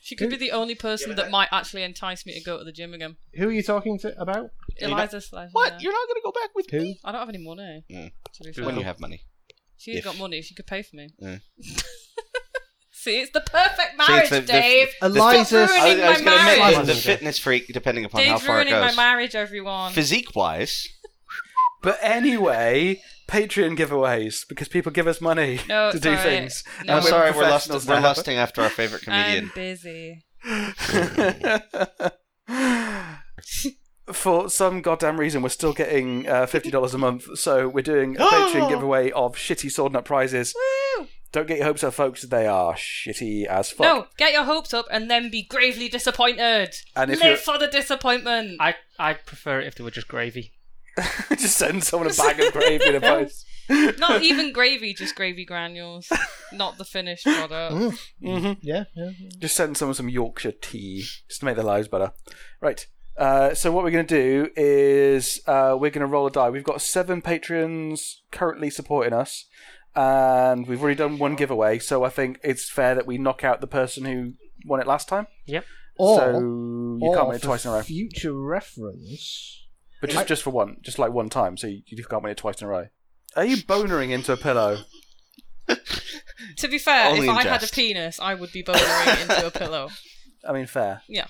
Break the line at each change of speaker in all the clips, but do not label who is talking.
She could be the only person that might actually entice me to go to the gym again.
Who are you talking to about?
You're not-
Eliza Slash.
What?
yeah.
You're not going to go back with
Who?
me?
I don't have any money.
Mm.
To be
When
fair.
you have money.
She's
If-
got money. She could pay for me.
Yeah.
See, it's the perfect
See,
marriage,
it's the- the-
Dave.
the- the-
Eliza-
Stop
I was,
ruining
I was
my
gonna admit,
marriage.
it's the fitness freak, depending upon how
Dave's
far it
ruining my
goes.
marriage, everyone.
Physique wise,
But anyway, Patreon giveaways because people give us money
No,
to
it's
do
alright.
things.
No.
I'm
we're
sorry, we're, lust-
professionals
we're
now.
lusting after our favorite comedian.
I'm busy.
For some goddamn reason, we're still getting uh, fifty dollars a month, so we're doing a Patreon giveaway of shitty sword nut prizes.
Woo!
Don't get your hopes up, folks; they are shitty as fuck.
No, get your hopes up and then be gravely disappointed.
And if
Live
you're-
for the disappointment.
I I prefer it if they were just gravy.
just send someone a bag of gravy in a post.
Not even gravy, just gravy granules. Not the finished product.
Mhm.
Yeah, yeah.
Just send someone some Yorkshire tea, just to make their lives better. Right. Uh, so what we're going to do is uh, we're going to roll a die. We've got seven patrons currently supporting us, and we've already done one giveaway. So I think it's fair that we knock out the person who won it last time.
Yep.
Or,
so you
or
can't win it
for
twice in a row,
Future reference.
but just just for one, just like one time. So you, you can't win it twice in a row. Are you bonering into a pillow?
To be fair,
Only
if
in
I had a
jest.
penis, I would be bouldering into a pillow.
I mean, fair.
Yeah.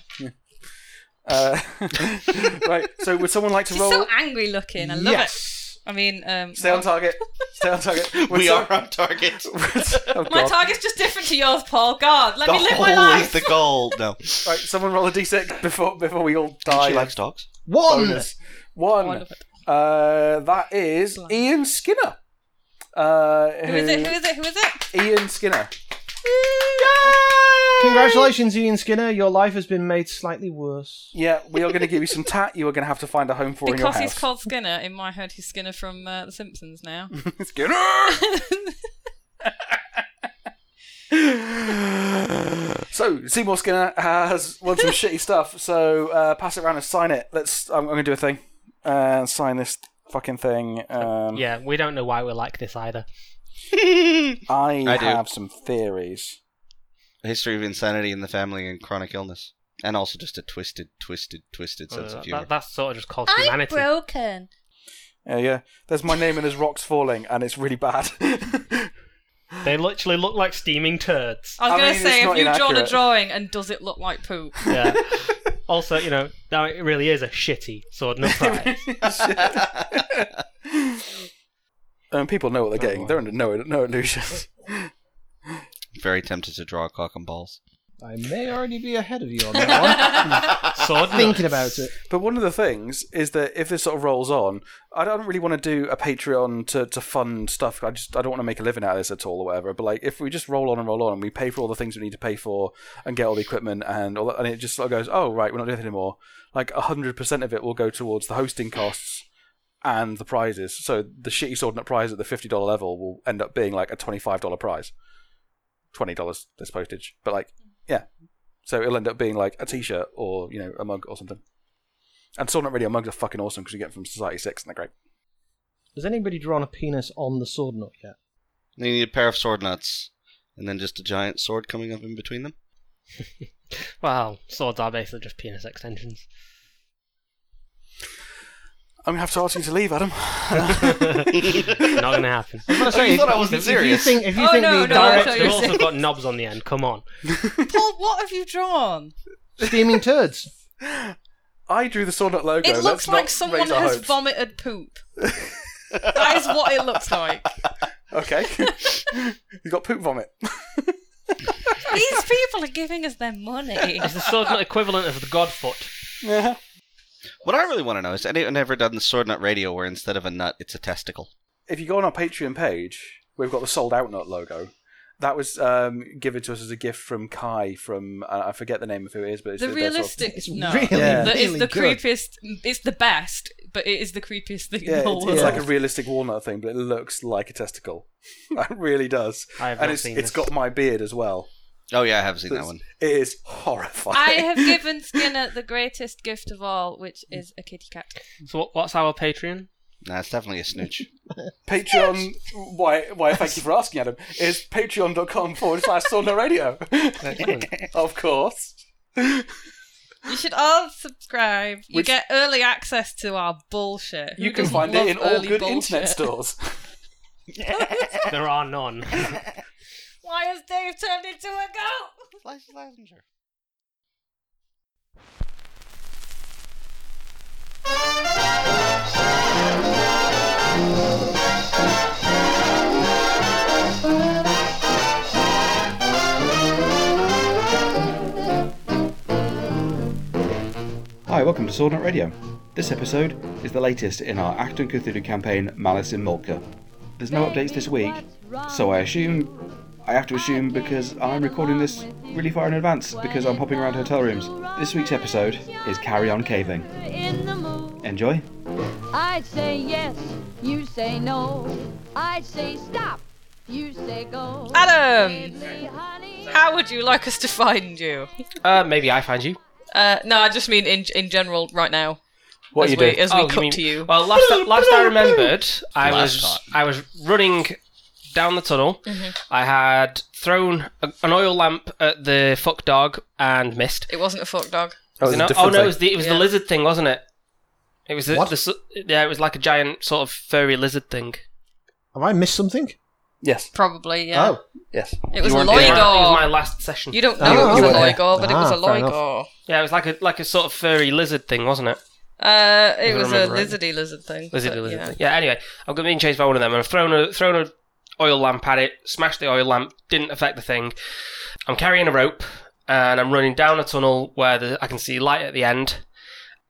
Uh, right. So would someone like to
She's
roll?
so angry looking. I love
yes.
it. I mean, um,
Stay on target. Stay on target. Would
we
some-
are on target.
oh,
my
God.
target's just different to yours, Paul. God, let
the
me live my
whole is
life.
the goal. No, she
Right, someone roll a d6 before before we all die.
likes dogs.
One.
Bonus. One.
Wonderful.
Uh, that is
Blimey.
Ian Skinner. Uh,
Who is it? Who is it? Who is it?
Ian Skinner.
Congratulations, Ian Skinner. Your life has been made slightly worse.
Yeah, we are going to give you some tat. You are going to have to find a home for in your
Because
house.
he's called Skinner. In my head, he's Skinner from uh, The Simpsons now.
Skinner. so Seymour Skinner has won some shitty stuff. So uh, pass it around and sign it. Let's. I'm, I'm going to do a thing. Uh, sign this fucking thing. Um,
Yeah, we don't know why we're like this either.
I,
I do.
have some theories.
A history of insanity in the family and chronic illness, and also just a twisted, twisted, twisted sense
Uh,
of humor.
that, that's sort of just called
I'm
humanity.
broken.
Yeah, yeah. There's my name and there's rocks falling, and it's really bad.
They literally look like steaming turds.
I was
I
going
mean,
to
it's
say, have
not
you drawn a
inaccurate.
drawing and does it look like poop?
Yeah. also, you know, now it really is a shitty sword and prize.
and people know what they're getting. They're under no no illusions.
Very tempted to draw cock and balls.
I may already be ahead of you on that
sword
one. Thinking about it.
But one of the things is that if this sort of rolls on, I don't really want to do a Patreon to, to fund stuff. I just I don't want to make a living out of this at all or whatever. But like if we just roll on and roll on and we pay for all the things we need to pay for and get all the equipment and all that, and it just sort of goes, oh right, we're not doing it anymore. Like hundred percent of it will go towards the hosting costs and the prizes. So the shitty sword nut prize at the fifty dollar level will end up being like a twenty five dollar prize, twenty dollars this postage. But like yeah, so it'll end up being like a t shirt or you know a mug or something. And Sword Not Radio mugs are fucking awesome because you get them from Society 6 and they're great.
Has anybody drawn a penis on the sword nut yet?
You need a pair of sword nuts, and then just a giant sword coming up in between them.
Well, swords are basically just penis extensions.
I'm going to have to ask you to leave, Adam.
Not going to happen.
I was gonna
Oh, you
if-
thought I wasn't
if,
serious.
If you think, if you
Oh,
think
no,
the
no, I
direct
thought you
They've
were
also
saying-
got knobs on the end. Come on.
Paul, what have you drawn?
steaming turds.
I drew the Sword Not logo.
It looks
Let's
like
not
someone
raise our
has
hopes.
vomited poop. that is what it looks like.
Okay. He's got poop vomit.
These people are giving us their money.
Is the sword not equivalent of the godfoot?
Yeah.
What I really want to know is anyone ever done the sword nut radio where instead of a nut, it's a testicle?
If you go on our Patreon page, we've got the Sold Out Nut logo. That was um, given to us as a gift from Kai from, uh, I forget the name of who it is, but it's
The
they're sort of-
realistic,
It's
no,
really,
Yeah.
that is
really
the
good.
creepiest. It's the best, but it is the creepiest thing
Yeah,
in the
it's,
whole
it's
world.
like a realistic walnut thing, but it looks like a testicle. it really does.
I have
and
not
it's,
seen
it's
this.
got my beard as well.
Oh yeah, I have seen that
It's-
one.
It is horrifying.
I have
Mm.
given Skinner the greatest gift of all, which is a kitty cat.
So, what, what's our Patreon?
Nah, it's definitely a snooch.
Patreon. Why? Why? Thank you for asking, Adam. Is patreon.com forward slash Sauna Radio?
Excellent.
of course.
You should all subscribe. You
Which-
get early access to our bullshit. Who
You can
doesn't
find it
love
in all
early
good
bullshit?
internet stores.
there are none.
Why has Dave turned into a goat?
Slice of lavender.
Hi, welcome to Swordnut Radio. This episode is the latest in our Acton Cthulhu campaign, Malice in Molka. There's no updates this week, so I assume. I have to assume because I'm recording this really far in advance because I'm hopping around hotel rooms. This week's episode is Carry On Caving.
in the mood.
Enjoy.
I'd say yes, you say no. I'd say stop, you say go.
Adam,
Hey, honey,
how would you like us to find you?
Uh, maybe I find you.
Uh, no, I just mean in in general right now. as we, as we
Oh,
cut
mean-
to you.
Well, last, last I remembered, I
Last
was
time.
I was running down the tunnel.
Mm-hmm.
I had thrown a, an oil lamp at the fuck dog and missed.
It wasn't a fuck dog.
Was it not- oh no, it was the it was
Yeah.
the lizard thing, wasn't it? It was the,
What?
the su- yeah, it was like a giant sort of furry lizard thing.
Have I missed something?
Yes,
Probably, yeah.
Oh,
yes.
it was a
It was my- it was my
loigor.
last session.
You don't
Oh,
know
you
it was
weren't
a
there.
loigor, but it was a
Ah, fair enough.
loigor.
Yeah, it was like a like a sort of furry lizard thing, wasn't it?
Uh, it was a
remember right.
lizardy lizard thing.
Lizard
but
lizard
Uh, yeah.
thing. Yeah. Anyway, I've got being chased by one of them, and I've thrown a thrown a oil lamp at it. Smashed the oil lamp. Didn't affect the thing. I'm carrying a rope, and I'm running down a tunnel where the, I can see light at the end.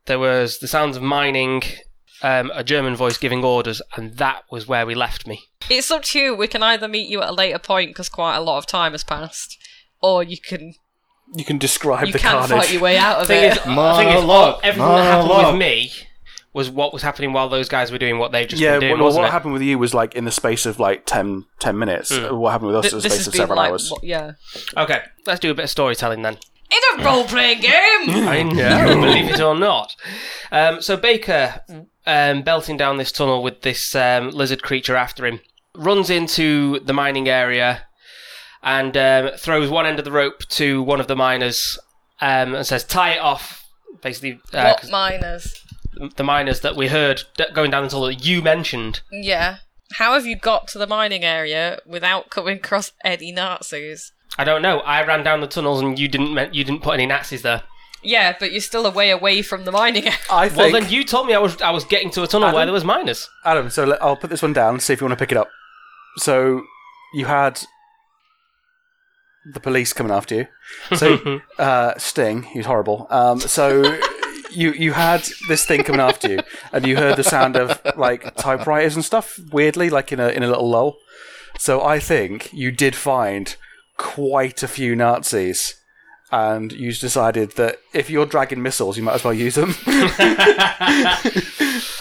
There was the sounds of mining, um, a German voice giving orders, and that was where we left me.
It's up to you. We can either meet you at a later point because quite a lot of time has passed, or you can
You can describe
you
the
can
carnage.
fight your way out of
thing
it.
is, I think it's all,
Monologue.
everything that happened
Monologue.
with me was what was happening while those guys were doing what they've just
yeah,
been doing,
well,
wasn't
what
it?
happened with you was like in the space of like 10, 10 minutes.
Mm.
What happened with us
Th-
in the
this
space
has
of
been
several
like,
hours.
what- yeah.
Okay, let's do a bit of storytelling then.
In a role playing game.
I know, believe it or not. Um, so Baker, um, belting down this tunnel with this um, lizard creature after him, runs into the mining area and um, throws one end of the rope to one of the miners um, and says, "Tie it off." Basically, uh,
what miners?
'cause the miners that we heard d- going down the tunnel that you mentioned.
Yeah. How have you got to the mining area without coming across any Nazis?
I don't know. I ran down the tunnels and you didn't. Men- you didn't put any Nazis there.
Yeah, but you're still a way away from the mining area.
I
Well,
think
then you told me I was. I was getting to a tunnel where
Adam?
there was miners.
Adam. So let, I'll put this one down. See if you want to pick it up. So you had the police coming after you. So uh, Sting, he's horrible. Um, so you you had this thing coming after you, and you heard the sound of like typewriters and stuff. Weirdly, like in a in a little lull. So I think you did find quite a few Nazis. And you decided that if you're dragging missiles, you might as well use them.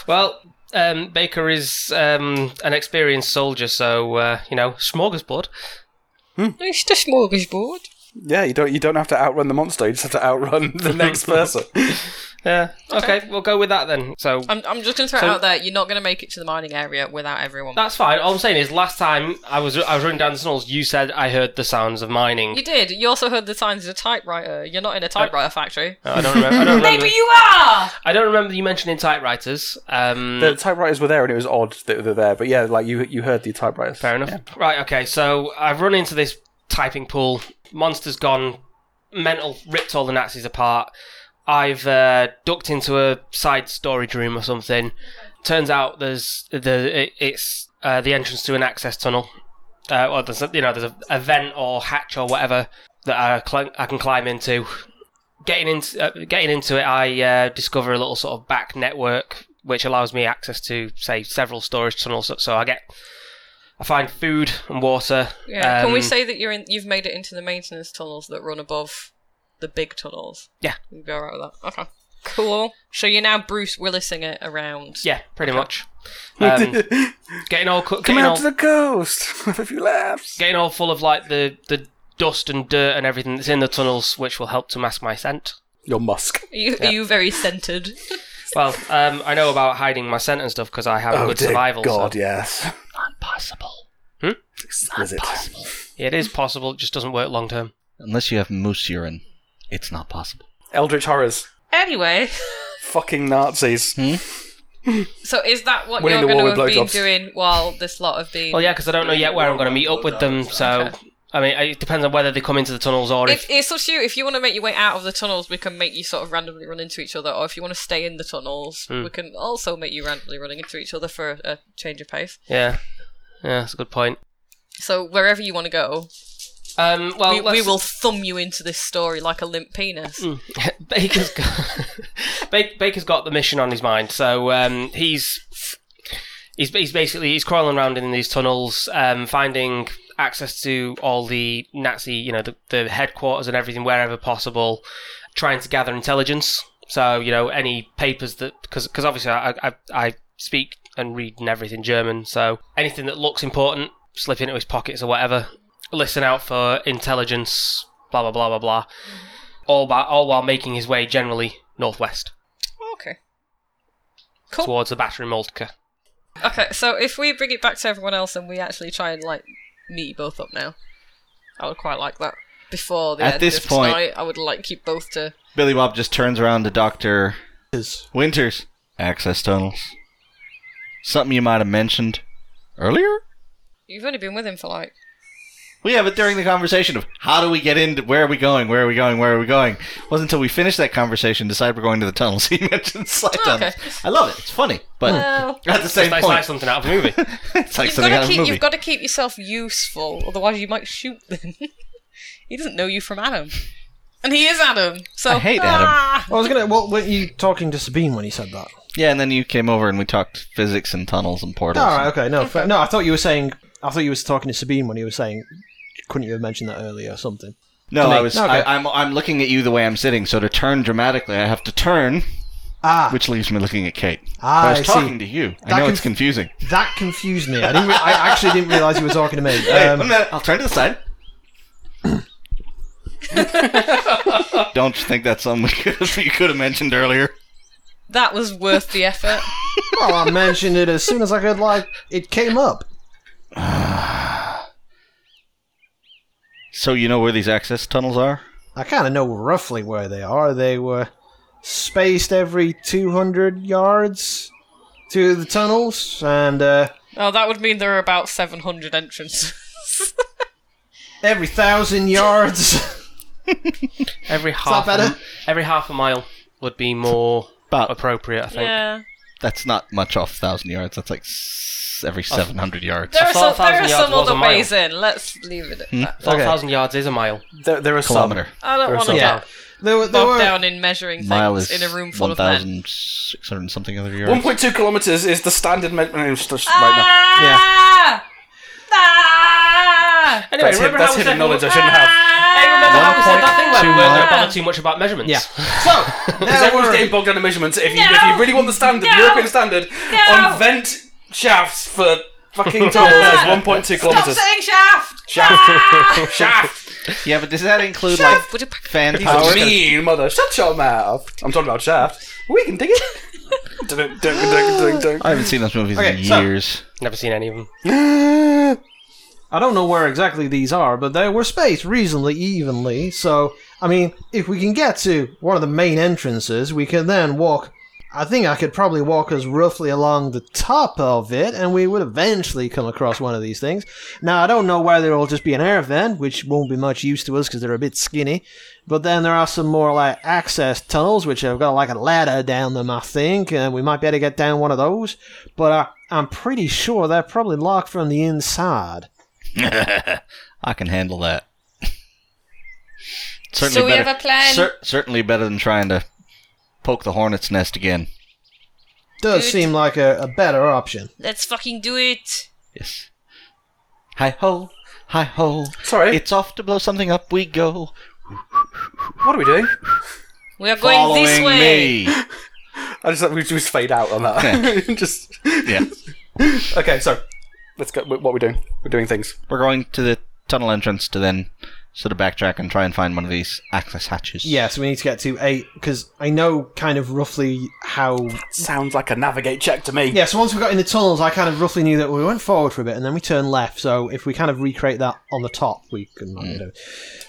Well, um, Baker is um, an experienced soldier, so uh, you know smorgasbord.
It's just smorgasbord.
Yeah, you don't you don't have to outrun the monster. You just have to outrun the next person.
Yeah. Okay, we'll go with that then. So
I'm, I'm just going to throw
So-
it out there. You're not going to make it to the mining area without everyone.
that's fine. All I'm saying is, last time I was I was running down the tunnels, you said I heard the sounds of mining.
you did. You also heard the signs of a typewriter. You're not in a typewriter factory.
No, I don't remember. I don't remember,
Maybe you are!
I don't remember you mentioning typewriters. Um,
the typewriters were there, and it was odd that they're there. But yeah, like you you heard the typewriters.
Fair enough. Right, okay, so I've run into this typing pool. Monster's gone mental, ripped all the Nazis apart. I've uh, ducked into a side storage room or something. Turns out there's the it, it's uh, the entrance to an access tunnel. Uh, or there's a- you know there's a, a vent or hatch or whatever that I, cl- I can climb into. Getting into uh, getting into it, I uh, discover a little sort of back network which allows me access to say several storage tunnels. So, so I get I find food and water.
Yeah. Can we
um,
say that you're in, you've made it into the maintenance tunnels that run above the big tunnels?
Yeah.
We'll go right with that. Okay. Cool. So you're now Bruce Willising it around.
Yeah, pretty much. Um, getting all cu-
Come
getting all,
out to the coast with a few laughs.
getting all full of like the the dust and dirt and everything that's in the tunnels, which will help to mask my scent.
Your musk.
Are you,
Yeah.
are you very centered?
Well, um, I know about hiding my scent and stuff because I have a Oh, good survival.
Oh, God,
so.
yes.
Impossible.
Exquisite.
It is possible. It just doesn't work long term.
Unless you have moose urine, it's not possible.
Eldritch horrors.
Anyway,
Fucking Nazis.
Hmm?
so is that what
Winning
you're
the war
going to
with
have been
blowjobs.
doing while this lot have been?
Well, yeah, because I don't know yet where I'm going to meet up with them. So, I mean, it depends on whether they come into the tunnels or
If,
if.
it's up to you. If you want to make your way out of the tunnels, we can make you sort of randomly run into each other. Or if you want to stay in the tunnels,
Hmm.
we can also make you randomly running into each other for a, a change of pace.
Yeah, yeah, that's a good point.
So wherever you want to go,
Um,
Oh,
well,
we, we
let's-
will thumb you into this story like a limp penis.
Hmm.
Baker's got, Ba- Baker's got the mission on his mind, so um, he's he's he's basically he's crawling around in these tunnels, um, finding access to all the Nazi, you know, the, the headquarters and everything wherever possible, trying to gather intelligence. So you know, any papers that because because obviously I, I I speak and read and everything German, so anything that looks important, slip into his pockets or whatever. Listen out for intelligence, blah blah blah blah blah all by, all while making his way generally northwest
Oh, Okay. Cool.
towards the battery Moltke.
Okay, so if we bring it back to everyone else and we actually try and like meet you both up now, I would quite like that. Before the
At
end
this
of
point-
tonight, I would like you both to.
Billy Bob just turns around to Doctor Winters. Access tunnels. Something you might have mentioned earlier.
You've only been with him for like.
We have it during the conversation of how do we get into where are we going, where are we going, where are we going. wasn't until we finished that conversation decide we're going to the tunnels. He mentioned slide
Oh, okay.
tunnels. I love it. It's funny, but
Well,
at the same
That's
point,
like something out of a movie.
it's like
you've got
something out
to
of a
keep.
movie.
You've got to keep yourself useful, otherwise you might shoot them. he doesn't know you from Adam, and he is Adam. So
I hate Adam.
ah!
I was gonna. What were you talking to Sabine when you said that?
yeah, and then you came over and we talked physics and tunnels and portals.
All right. Okay. No. Fair, no. I thought you were saying. I thought you were talking to Sabine when you were saying. Couldn't you have mentioned that earlier or something?
No,
To
I
me.
was.
Okay.
I, I'm. I'm looking at you the way I'm sitting. So to turn dramatically, I have to turn,
Ah,
which leaves me looking at Kate.
Ah,
I was
I see.
talking to you.
That
I know
conf-
it's confusing.
that confused me. I didn't. Re- I actually didn't realize you were talking to me.
Hey,
Um,
one minute, I'll turn to the side. Don't you think that's something we could, you could have mentioned earlier?
That was worth the effort.
well, I mentioned it as soon as I could. Like it came up.
So you know where these access tunnels are?
I kind of know roughly where they are. They were spaced every 200 yards to the tunnels, and uh,
Oh, that would mean there are about seven hundred entrances.
every thousand yards.
Every
that
half
better?
A, every half a mile would be more
About
appropriate, I think.
yeah.
that's not much off thousand yards. That's like s- every seven hundred yards.
There
I
are
thought
some, there are
1,000
some
yards was a
other
mile.
ways in. Let's leave it at that.
Four
Okay.
thousand yards is a mile.
There, there are
Kilometer,
I don't want to
some-
get
There were, there
bogged
were
down in measuring things
mile is
in a room full
one
of men.
thousand six hundred something other yards.
One point two kilometers is the standard. Me- no, it's just right now.
Ah! Ah!
Anyway,
That's, hid-
remember
that's
how we
hidden
said
knowledge
We,
I shouldn't
Ah!
have.
Hey, remember how we said that thing where we weren't going
1.2
to bother too much about measurements?
Yeah.
Because
there
everyone's
were,
getting bogged down in measurements. If you, if you really want the standard, the
No.
European standard, on vent shafts for fucking tunnels, there's 1.2 kilometers.
saying shaft!
Shaft! shaft!
Yeah, but does that include
Shaft! Would
like
you pick-
fan
You
power?
mean mother, shut your mouth. I'm talking about shaft. We can dig it. Dun, dun, dun, dun, dun,
I haven't seen those movies in
Okay, so-
years.
Never seen any of them.
dun.
I don't know where exactly these are, but they were spaced reasonably evenly. So, I mean, if we can get to one of the main entrances, we can then walk. I think I could probably walk us roughly along the top of it, and we would eventually come across one of these things. Now, I don't know whether it'll just be an air vent, which won't be much use to us because they're a bit skinny. But then there are some more like access tunnels, which have got like a ladder down them, I think, and we might be able to get down one of those. But I, I'm pretty sure they're probably locked from the inside.
I can handle that. certainly
So we
better,
have a plan.
cer- certainly better than trying to poke the hornet's nest again.
does
Good.
seem like a, a better option.
Let's fucking do it!
Yes. Hi ho, hi ho.
Sorry.
It's off to blow something up. We go.
What are we doing?
We are going this way!
me.
I just we just fade out on that. just
yeah,
okay. So let's go. What are we doing? We're doing things.
we're going to the tunnel entrance to then sort of backtrack and try and find one of these access hatches.
Yeah, so we need to get to eight because I know kind of roughly how.
Sounds like a navigate check to me.
Yeah, so once we got in the tunnels, I kind of roughly knew that we went forward for a bit and then we turned left. So if we kind of recreate that on the top, we can. you know.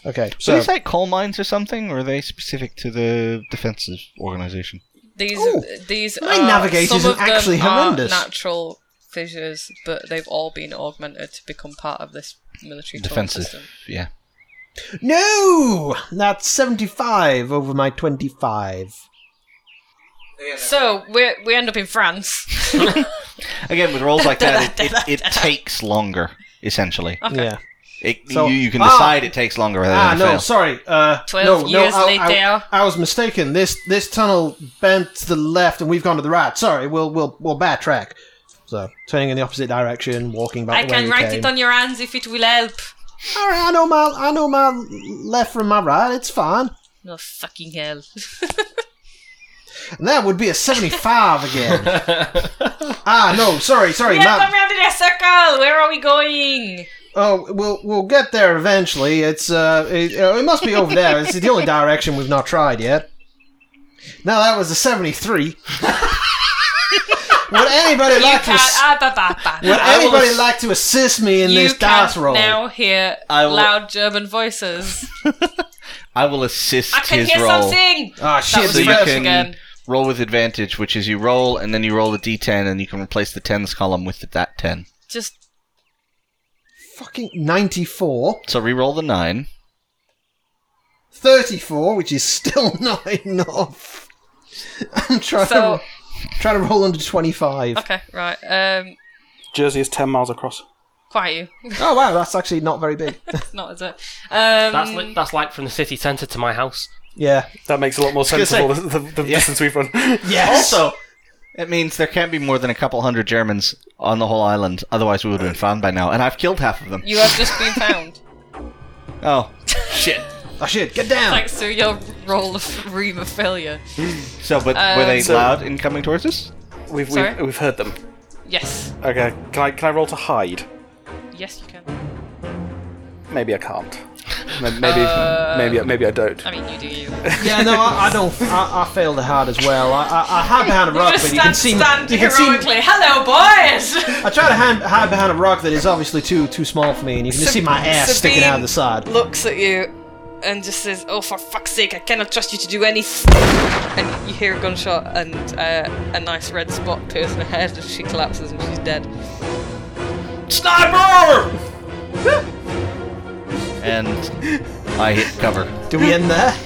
Okay,
So,
so
are these like coal mines or something, or are they specific to the defensive organization?
These
Ooh,
these
my
are,
navigators
some
are
of them
actually
are
horrendous.
natural fissures, but they've all been augmented to become part of this military tunnel
Defensive,
system.
yeah.
no, that's seventy-five over my twenty-five.
So we we end up in France.
Again, with roles like that, it, it, it takes longer. Essentially,
Yeah.
it,
So-
you, you can
Ah.
decide it takes longer rather
Ah,
than
no,
fail.
sorry. Uh,
12
no, no,
years
I, I-
later.
I was mistaken. This this tunnel bent to the left, and we've gone to the right. Sorry, we'll we'll we'll backtrack. So turning in the opposite direction, walking back.
I
the way
can
we
write
came.
it on your hands if it will help.
All right, I know my I know my left from my right. It's fine.
No fucking hell.
And that would be a seventy-five again. ah, no, sorry, sorry.
yeah,
my-
come round in a circle. Where are we going?
oh, we'll we'll get there eventually. It's uh, it, uh, it must be over there. It's the only direction we've not tried yet. Now that was a seventy-three. would anybody
You
like to?
can
s-
ah, ba, ba,
Would
ba.
I will
anybody
ass-
like to assist me in
You
this dice
can
roll?
now hear
I will-
loud German voices.
I will assist
I can
his
hear
roll.
something.
Ah, shit!
was
So you
French
can
again.
roll with advantage, which is you roll and then you roll the d10, and you can replace the tens column with that ten.
Just
Fucking ninety-four.
So re-roll the nine.
34, which is still not enough. I'm trying
So-
to trying to roll under 25.
okay, right. Um,
Jersey is ten miles across.
quiet you.
Oh wow, that's actually not very big.
it's not is it? Um,
That's li- that's like from the city centre to my house.
Yeah.
That makes a lot more sense of
say-
all the, the, the distance we've run.
Yes.
Also, it means there can't be more than a couple hundred Germans on the whole island. Otherwise, we would have been found by now, and I've killed half of them.
you have just been found
oh, shit.
I should Oh, get down.
thanks to your roll of ream of failure.
So, but
Uh,
were they
so-
loud in coming towards us?
We've, we've,
Sorry?
we've heard them.
Yes,
Okay, can I can I roll to hide?
yes, you can.
Maybe I can't. Maybe maybe
Uh,
maybe, maybe I don't.
I mean, you do you.
Yeah, no, I, I don't. I, I failed hard as well. I, I, I hide behind a rock,
just
but you can
stand,
see.
stand
you can see.
heroically. Hello, boys.
I try to hide, hide behind a rock that is obviously too too small for me, and you can just see my ass
Sabine
sticking out of the side.
Looks at you and just says, "Oh, for fuck's sake, I cannot trust you to do any." And you hear a gunshot and uh, a nice red spot pierce her head, and she collapses and she's dead.
Sniper! and I hit cover.
Do we end there?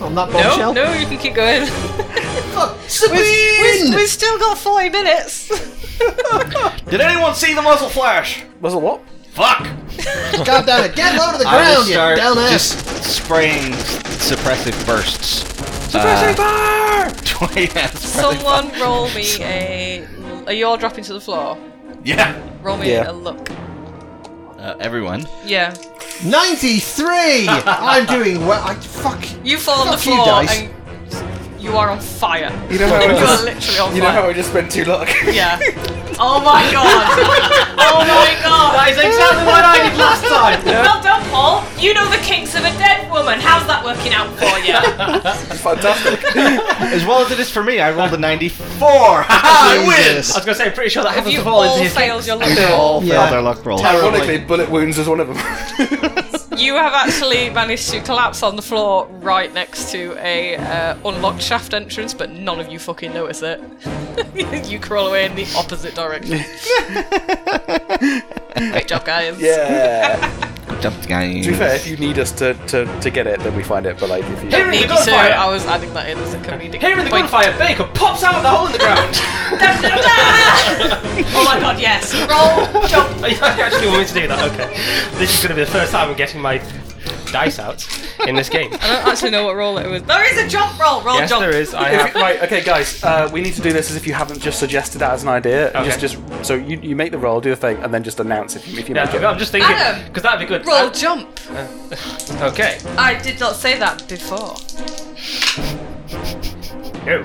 On that
No,
bombshell?
no, you can keep going.
Fuck, Sabine!
We've still got forty minutes.
Did anyone see the muzzle flash?
Was it what?
Fuck!
God damn it! Get low to the
I will
ground, you
start
down ass!
just spraying suppressive bursts. Uh,
Suppressing fire!
20 that's probably-
Someone roll me a. Are you all dropping to the floor?
Yeah.
Roll me
Yeah.
a look.
Uh, everyone.
Yeah.
93! I'm doing well. I, fuck.
You fall on the
Fuck you,
floor
dice.
and you are on fire.
You know how
You
I
are
just,
literally on
you know how
fire.
I just spent two luck.
Yeah. Oh my god. Oh my god.
That is exactly what I did last time.
Well done, Paul. You know the kinks of a dead woman. How's that working out for you?
Fantastic.
As well as it is for me, I rolled a 94. I win.
I was gonna say, I'm pretty sure that
Have
happens
you
to fall
all
into his
failed your look?
All
Yeah.
failed our luck roll.
Ironically, bullet wounds is one of them.
You have actually managed to collapse on the floor right next to a uh, unlocked shaft entrance, but none of you fucking notice it. you crawl away in the opposite direction. Great job, guys.
yeah.
Jump guy.
to be fair, if you need us to, to, to get it, then we find it. But like, if you
Here in the
Maybe so.
gunfire.
I was adding that in as a comedic.
Here in the
point.
gunfire, Baker pops out of the hole in the ground.
oh my god, yes. Roll, jump.
you actually want me to do that? Okay. This is gonna be the first time I'm getting my dice out in this game.
I don't actually know what roll it was. There is a jump roll. Roll,
Yes,
jump.
there is. I
If-
have.
right, okay, guys, uh, we need to do this as if you haven't just suggested that as an idea. and
Okay.
Just, just so you, you make the roll, do the thing, and then just announce if you, if you
Yeah,
make it.
I'm just thinking
Adam.
because that'd be good.
Roll, jump.
Uh, okay.
I did not say that before.
Go.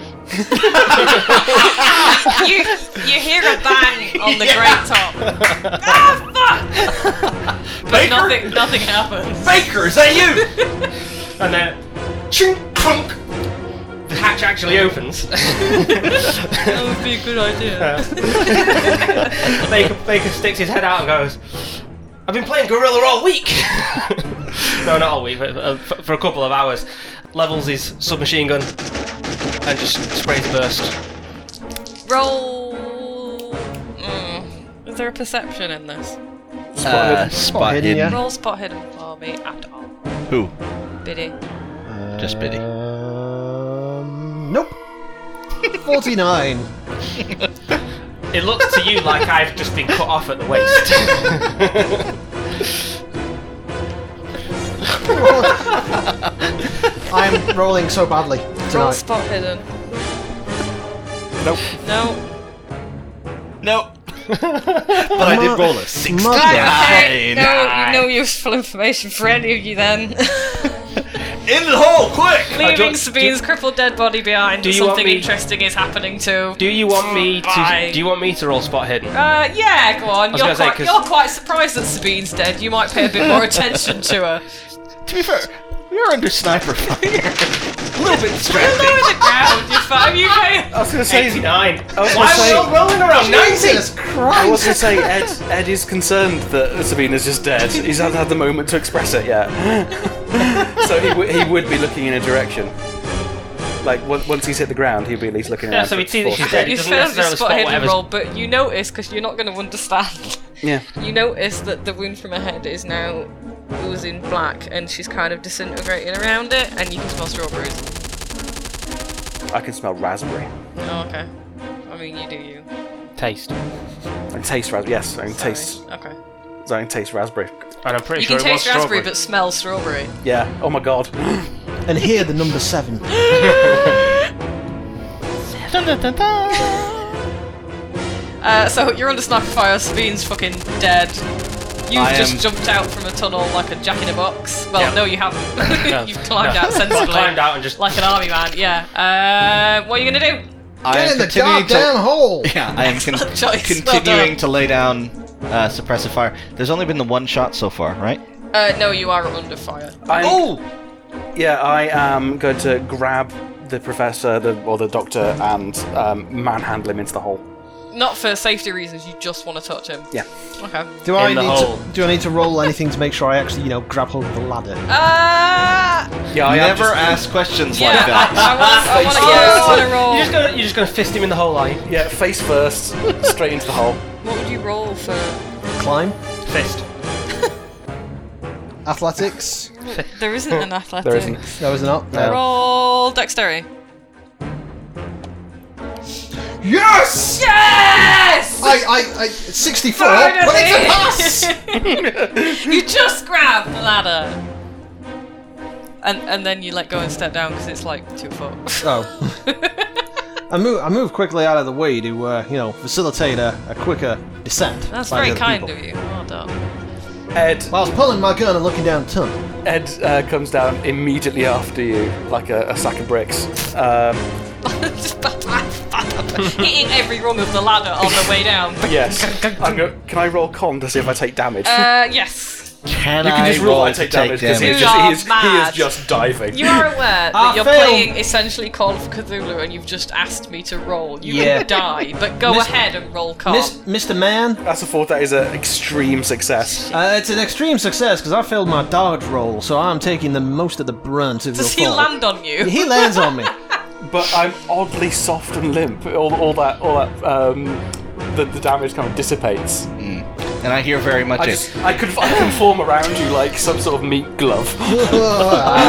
You, you hear a bang on the great top. Ah, fuck! But nothing, nothing happens.
Baker, is that you? and then, ching, crunk. The hatch actually opens.
That would be a good idea.
Baker, Baker sticks his head out and goes, I've been playing Gorilla all week! no, not all week, but uh, for, for a couple of hours. Levels his submachine gun and just sprays a burst.
Roll. Mm. Is there a perception in this?
Uh, spot
hidden,
hidden.
Oh, yeah.
Roll spot hidden for me and on
Who?
Biddy.
Just Biddy.
Um, nope. 49.
It looks to you like I've just been cut off at the waist.
I'm rolling so badly
Roll
tonight.
spot hidden.
Nope.
No.
Nope. but I did roll a six.
Mother-
Okay.
Nine.
No, no useful information for any of you then.
In the hole, quick!
Leaving
do-
Sabine's crippled dead body behind.
Do you want
Something
me-
interesting is happening too.
do you want me to?
Fine.
Do you want me to roll spot hidden?
Uh, yeah, go on.
was
You're
gonna say,
quite,
'cause-
you're quite surprised that Sabine's dead. You might pay a bit more attention to her.
To be fair, we are under sniper fire. a little bit
Lower
distracted.
the ground, you fam. You pay.
I was going to say,
Nine.
was
Why
gonna say-
are we all rolling around ninety?
Jesus Christ!
I was going to say, Ed, Ed is concerned that Sabina's just dead. He's not had the moment to express it yet. so he, w- he would be looking in a direction. Like, on- once he's hit the ground, he'd be at least looking
Yeah,
around.
so
for-
he'd see that
for-
she's dead. He
You
doesn't
failed your
necessarily
spot
spot
hidden
whatever's
roll, but you notice because you're not going to understand.
Yeah.
You notice that the wound from her head is now oozing black, and she's kind of disintegrating around it, and you can smell strawberries.
I can smell raspberry.
Oh, okay. I mean, you do you.
taste. And
I taste raspberry. Yes, I can
Sorry.
taste.
Okay.
I can taste raspberry.
I'm pretty
You
sure
can
it was
taste raspberry,
strawberry.
but smell strawberry.
Yeah. Oh my god.
and here the number seven.
Uh, so you're under sniper fire. Sabine's fucking dead. You've
I
just
am-
jumped out from a tunnel like a jack in a box. Well,
Yeah.
no, you haven't.
No.
You've climbed
No.
out sensibly.
climbed out and just
like an army man. Yeah. Uh, what are you gonna do?
I
Get
am
in the
continuing to-
goddamn hole!
Yeah, I am con-
Excellent choice. Well
continuing
done.
to lay down uh, suppressive fire. There's only been the one shot so far, right?
Uh, no, you are under fire.
I'm,
Oh!
Yeah, I am going to grab the professor, the or the doctor, and um, manhandle him into the hole.
Not for safety reasons. You just want to touch him.
Yeah.
Okay.
Do I
In the
need
hole.
to? Do I need to roll anything to make sure I actually, you know, grab hold of the ladder?
Uh,
Yeah, I am
Never
just-
ask questions
yeah.
like that.
I, I want. I want to roll.
You're just gonna you're just gonna fist him in the hole, are you?
yeah, face first, straight into the hole.
What would you roll for?
Climb,
Fist.
athletics.
There isn't an athletics.
There isn't.
No, is it not? No.
Roll dexterity.
Yes!
Yes!
I, I, I, 64.
Finally!
Wait to pass.
you just grab the ladder. And, and then you let go and step down because it's like two foot.
Oh. I move, I move quickly out of the way to, uh, you know, facilitate a, a quicker descent.
That's
by
very
the other
kind
people.
of you. Well done.
Ed,
Whilst pulling my gun and looking down the tunnel.
Ed uh, comes down immediately after you, like a, a sack of bricks. Um,
Just bap, bap, bap, bap. hitting every rung of the ladder on the way down.
yes. I'm go- can I roll con to see if I take damage?
Uh, yes.
Can
you can
I
just roll
roll
I take damage because he,
damage.
is just-
You
he,
are
is, he
mad.
is just diving.
You are aware that
I
you're
failed.
playing essentially Call of Cthulhu and you've just asked me to roll. You
Yeah.
can die, but go
Miss-
ahead and roll con.
Miss, Mr. Man,
That's a four. That is an extreme success.
uh, it's an extreme success because I failed my dodge roll, so I'm taking the most of the brunt of
Does
your
he
fall.
land on you?
He lands on me.
But I'm oddly soft and limp. All, all that, all that, um, the, the damage kind of dissipates.
And I hear very much
I
a-
just, I could, I can form around you like some sort of meat glove.
Oh.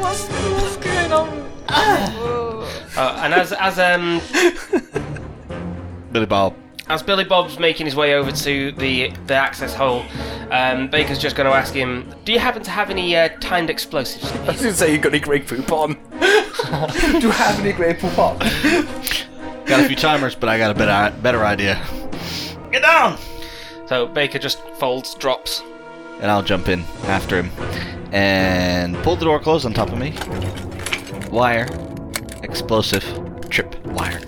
what's, what's going on?
Uh, and as as um
Billy Bob.
As Billy Bob's making his way over to the the access hole, um, Baker's just going to ask him, "Do you happen to have any uh, timed explosives?"
I didn't say you got any great poop on. Do you have any great poop on?
Got a few timers, but I got a better, better idea. Get down!
So Baker just folds, drops.
And I'll jump in after him. And pull the door closed on top of me. Wire. Explosive. Trip. Wire.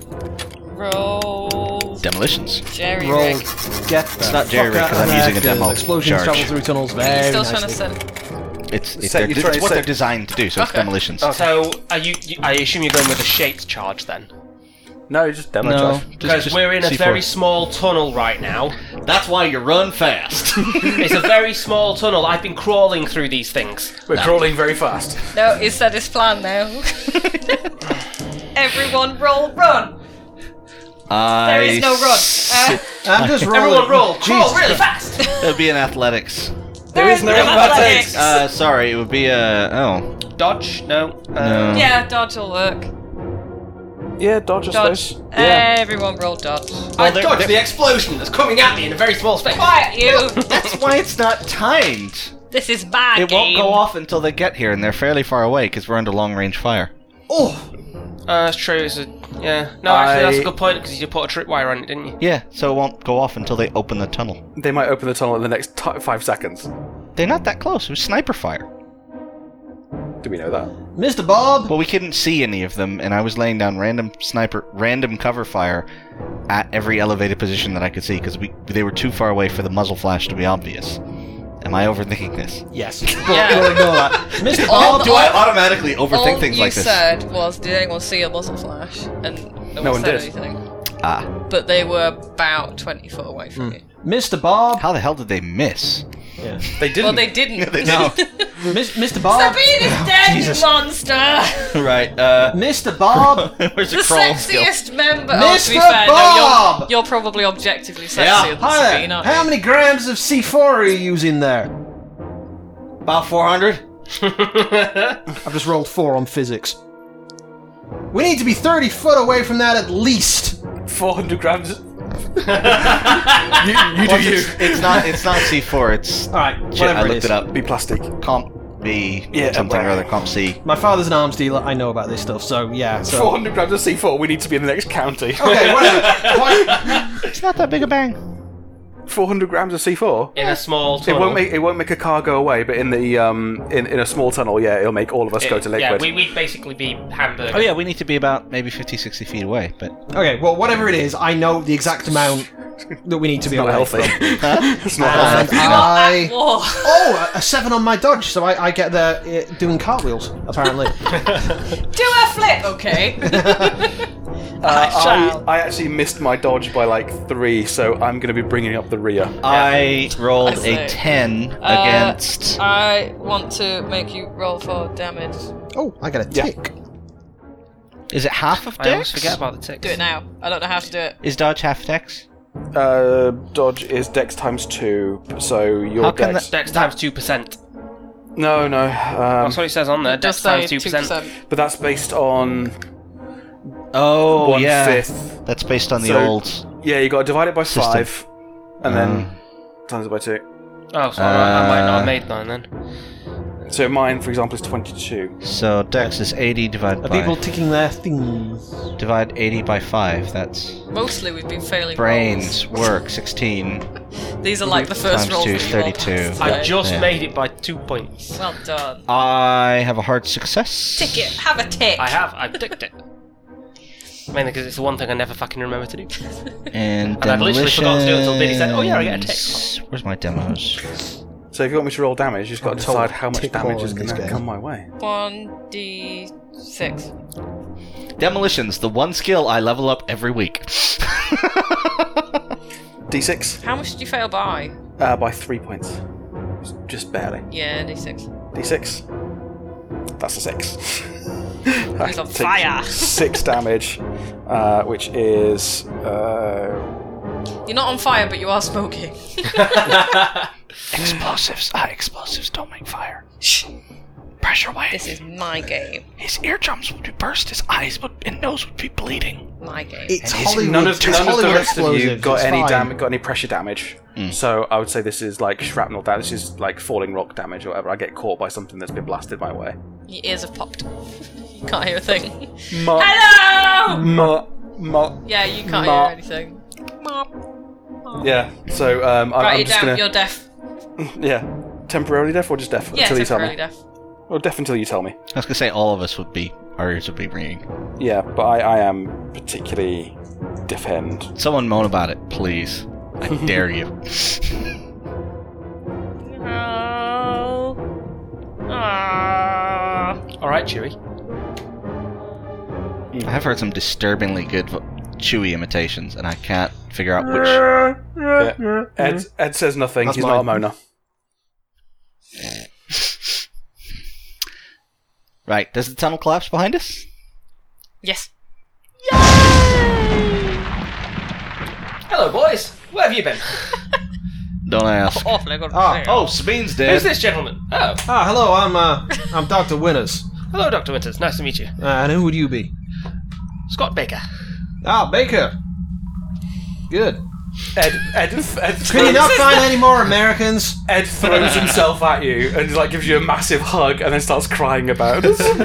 Roll
demolitions.
Jerry
Roll.
Rick.
Get
It's not Uh, Jerry
fuck out
because
of
I'm
there,
using a
'cause
demo
Explosions
charge.
travel through tunnels very
Still trying to
nicely.
send.
It's, it's,
So
their-
you're trying-
it's what
so-
they're designed to do, so it's
Okay.
demolitions.
Oh,
So, are you, you? I assume you're going with a shaped charge then,
No, just demo
No,
charge.
just-
because
just
we're in a
C4.
very small tunnel right now.
That's why you run fast.
It's a very small tunnel. I've been crawling through these things.
We're crawling very fast.
No, he said his plan now. Everyone roll run. There is no run. Uh,
I'm just rolling.
Everyone roll, crawl
Jesus.
really fast.
It'd be an athletics.
there is no athletics.
Uh, sorry, it would be a oh
Dodge? No. Uh,
no.
Yeah, dodge will work.
Yeah, dodge, I
Dodge. Uh,
suppose. Yeah.
Everyone roll dodge.
I dodged the explosion that's coming at me in a very small space.
Quiet you.
That's why it's not timed.
this is my
It won't
game.
go off until they get here, and they're fairly far away because we're under long range fire.
Oh,
Uh, that's true. It's a, yeah. No, actually, that's
I-
a good point because you put a tripwire on it, didn't you?
Yeah, so it won't go off until they open the tunnel.
They might open the tunnel in the next t- five seconds.
They're not that close. It was sniper fire.
Do we know that?
Mr. Bob.
Well, we couldn't see any of them, and I was laying down random sniper, random cover fire at every elevated position that I could see because we they were too far away for the muzzle flash to be obvious. Am I overthinking this?
Yes. We'll, we'll ignore that. Mr. Bob.
All,
Do I
all-
automatically overthink
all
things
Oh. you
like this?
said was, did anyone see a muzzle flash? And no,
No
one
one
said
did.
anything.
Ah,
But they were about 20 foot away from you.
Mr. Bob.
how the hell did they miss?
Yeah.
They didn't.
Well, they didn't.
they
No.
didn't.
Mis- Mr. Bob.
Sabine is dead,
Jesus.
monster!
right. Uh,
Mr. Bob.
where's
The sexiest member. Oh, to be
Mr.
fair, no,
Bob!
you're, you're probably objectively
Yeah.
sexier than
Hi
Sabine,
there.
aren't
How
you?
many grams of C4 are you using there?
About 400.
I've just rolled four on physics. We need to be 30 foot away from that at least.
400 grams. you you do you.
It's not. It's not C4. It's.
All right,
Shit,
whatever
I
it
looked
is.
it up.
Be plastic.
Comp B.
Yeah,
something or
well.
other. Comp C.
My father's an arms dealer. I know about this stuff, so yeah. So
400 grams of C4. We need to be in the next county.
okay, whatever. Why-
It's not that big a bang.
400 grams of C4.
In a small
It
tunnel.
won't make it won't make a car go away, but in the um in, in a small tunnel, yeah, it'll make all of us go to
Yeah,
liquid.
we, we'd basically be Hamburg.
Oh yeah, we need to be about maybe 50, 60 feet away. But
okay, well, whatever it is, I know the exact amount that we need to be
Not
away
healthy.
from.
it's not
And
healthy.
I.
Whoa.
Oh, a a seven on my dodge, so I, I get there uh, doing cartwheels, apparently.
Do a flip! Okay.
Uh,
child.
I, I actually missed my dodge by like three, so I'm going to be bringing up the rear.
I rolled
I
a
see.
ten
Uh,
against.
I want to make you roll for damage.
oh, I got a
Yeah.
tick.
Is it half of
I always
dex?
forget about the ticks.
Do it now. I don't know how to do it.
Is dodge half dex?
Uh, dodge is dex times two, so your
How can
dex.
Dex times two percent.
No, no.
Oh,
Um,
That's what it says on there.
Just
Dex
say 2%.
times two percent.
but that's based on
Oh
one fifth.
yeah. That's based on the
So-
old.
Yeah, you got to divide it by
System.
five, and then
Mm.
times it by two.
Oh, sorry, I might not
Uh,
have made mine then.
So mine, for example, is twenty-two.
So dex is eighty divided
Are
by
people ticking their things?
divide eighty by five. That's
Mostly we've been failing rolls.
brains work sixteen.
These are like the first
Times
rolls
two
that
is
you rolled
32.
past
I
today.
just
Yeah.
made it by two points.
Well done.
I have a hard success.
Tick it. Have a tick.
I have. I've ticked it. Mainly because it's the one thing I never fucking remember to do.
And,
And I'd literally forgotten to do it until Billy said, "Oh, yeah, I get a tick."
demolitions. Where's my demos?
So if you want me to roll damage, you just got
I'm
to
told
decide how much
tick roll
damage is
in
going
this
to
game.
come my way.
One d six.
Demolitions, the one skill I level up every week.
D6
How much did you fail by?
uh, by three points, just barely.
Yeah, d six.
D6. That's a six.
He's on
Takes
fire.
six damage, uh, which is uh,
You're not on fire, but you are smoking.
explosives. Ah, explosives don't make fire.
Shh.
Pressure wise,
This is my game.
his eardrums would be burst, his eyes would, and nose would be bleeding.
My game.
It's
And is
Hollywood.
none of
it's
none of
Hollywood
the rest of you
explosives,
got
it's
any
fine.
dam- got any pressure damage. So I would say this is like shrapnel damage. This is like falling rock damage or whatever. I get caught by something that's been blasted my way.
Your ears have popped. You can't hear a thing.
Ma-
Hello.
ma- ma-
Yeah, you can't
Ma-
hear anything. Mop.
yeah. So um, I'm,
Write
I'm
it
just
down.
gonna
You're deaf.
yeah. Temporarily deaf or just deaf
Yeah,
until you tell
temporarily deaf.
me? Or deaf until you tell me.
I was gonna say all of us would be, our ears would be ringing.
Yeah, but I, I am particularly defend.
Someone moan about it, please. I dare you.
No. Ah.
All right, Chewy.
I've heard some disturbingly good vo- Chewy imitations, and I can't figure out which.
Yeah. Ed, Ed says nothing.
That's
He's not a
mine.
moaner.
Right, does the tunnel collapse behind us?
Yes.
Hello, boys. Where have you been?
Don't ask.
Awfully good.
Ah,
player.
Oh, Sabine's
Who's
dead.
this gentleman? Oh,
Ah, hello. I'm uh, I'm Doctor Winters.
hello, Doctor Winters. Nice to meet you.
Uh, and who would you be?
Scott Baker.
Ah, Baker. Good.
Ed, Ed,
Can
Ed,
you
throws,
not find any more Americans?
Ed throws himself at you and like gives you a massive hug and then starts crying about it.
Doc,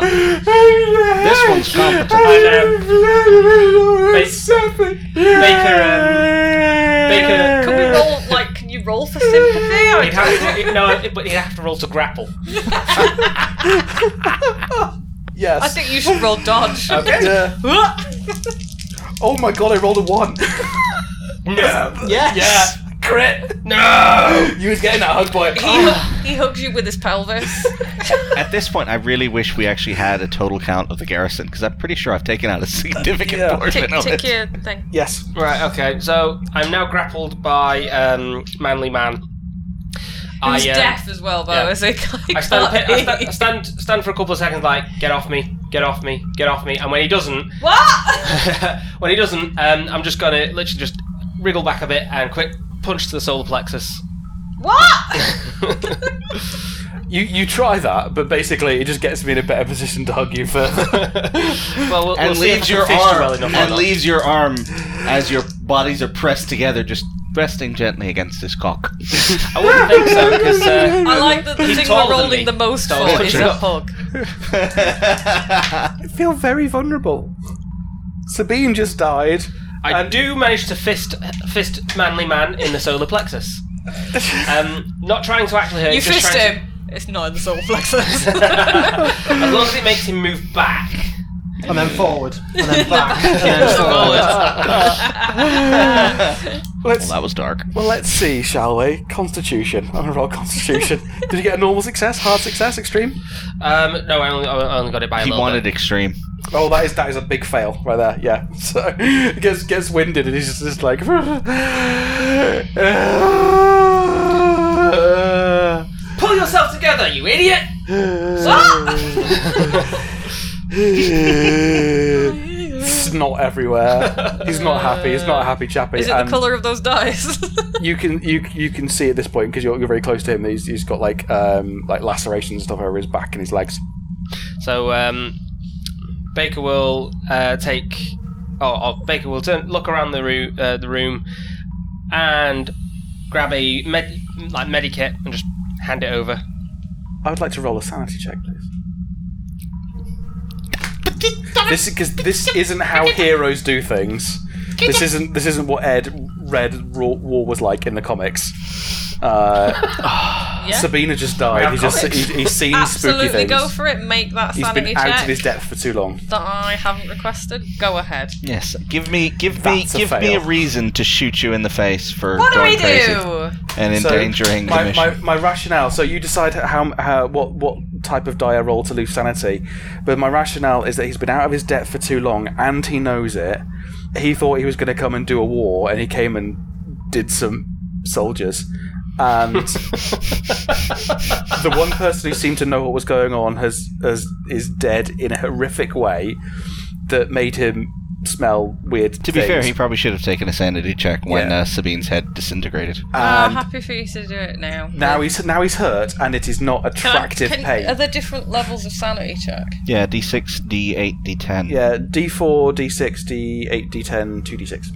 this
This one's competent.
I know. Baker,
Can we roll? Like, can you roll for sympathy?
He'd have to, no, but he'd have to roll to grapple.
Yes.
I think you should roll dodge.
Yeah. Oh my god, I rolled a one.
No.
Yes.
Yeah. Crit. No.
you was getting that hug boy.
He, hug- he hugs you with his pelvis.
At this point, I really wish we actually had a total count of the garrison, because I'm pretty sure I've taken out a significant
Yeah.
portion
Tick,
of
tick
it.
your thing.
Yes.
Right. Okay. So I'm now grappled by um, manly man.
He's
I, uh,
deaf as well, though,
yeah.
is he?
I stand, I, stand, I stand stand for a couple of seconds, like get off me, get off me, get off me, and when he doesn't,
What?
when he doesn't, um, I'm just gonna literally just wriggle back a bit and quick punch to the solar plexus.
What?
You you try that, but basically it just gets me in a better position to hug you further.
Well, we'll,
And
we'll see if I
leaves
can
your
fist you
arm.
well enough or
and
not.
leaves your arm as your bodies are pressed together, just resting gently against his cock.
I wouldn't think so because uh,
I like that the
He's
thing we're
taller than
rolling
me.
the most
So
for
it's
is
true.
a hug.
I feel very vulnerable. Sabine just died.
I do manage to fist fist manly man in the solar plexus. Um, not trying to actually hurt.
You
just
fist
trying to-
him. It's not in the soul plexus.
as long as it makes him move back.
And then forward. And then back. and then forward.
Let's
Well, that was dark.
well let's see, shall we? Constitution. I'm gonna roll Constitution. Did you get a normal success, hard success, extreme?
Um, no, I only, I only got it by a
He
little
wanted
bit.
extreme.
Oh, that is that is a big fail right there. Yeah. So he gets gets winded and he's just, just like. He's
Pull yourself together, you idiot!
not everywhere. He's not happy. He's not a happy chappy.
Is it the
um,
and
colour of those dice?
You can you you can see at this point because you're, you're very close to him. that He's, he's got like um like lacerations and stuff over his back and his legs.
So um, Baker will uh, take, or, or Baker will turn, look around the, roo- uh, the room, and grab a med- like medikit and just hand it over.
I would like to roll a sanity check, please. This because this isn't how heroes do things. This isn't this isn't what Ed read Raw War was like in the comics. Uh,
Yeah.
Sabina just died. He just
comics.
he, he's seen spooky
Absolutely
things.
go for it. Make that
he's
sanity
been out
check
of his depth for too long.
that I haven't requested. Go ahead.
Yes. Give me, give me,
That's a
give me a
fail.
reason to shoot you in the face for
What do
going
we
crazy
do?
and endangering the
my,
mission.
my, my rationale. So you decide how, how what what type of die I roll to lose sanity, but my rationale is that he's been out of his depth for too long, and he knows it. He thought he was going to come and do a war, and he came and did some soldiers. And the one person who seemed to know what was going on has, has is dead in a horrific way that made him smell weird.
To be fair,
things.
he probably should have taken a sanity check when
Yeah.
uh, Sabine's head disintegrated.
I'm happy for you to do it now.
Um, now he's now he's hurt, and it is not
Can I-
attractive
can-
pain.
Are there different levels of sanity check?
Yeah, D6, D8, D10.
Yeah, D4, D6, D8, D10, 2D6.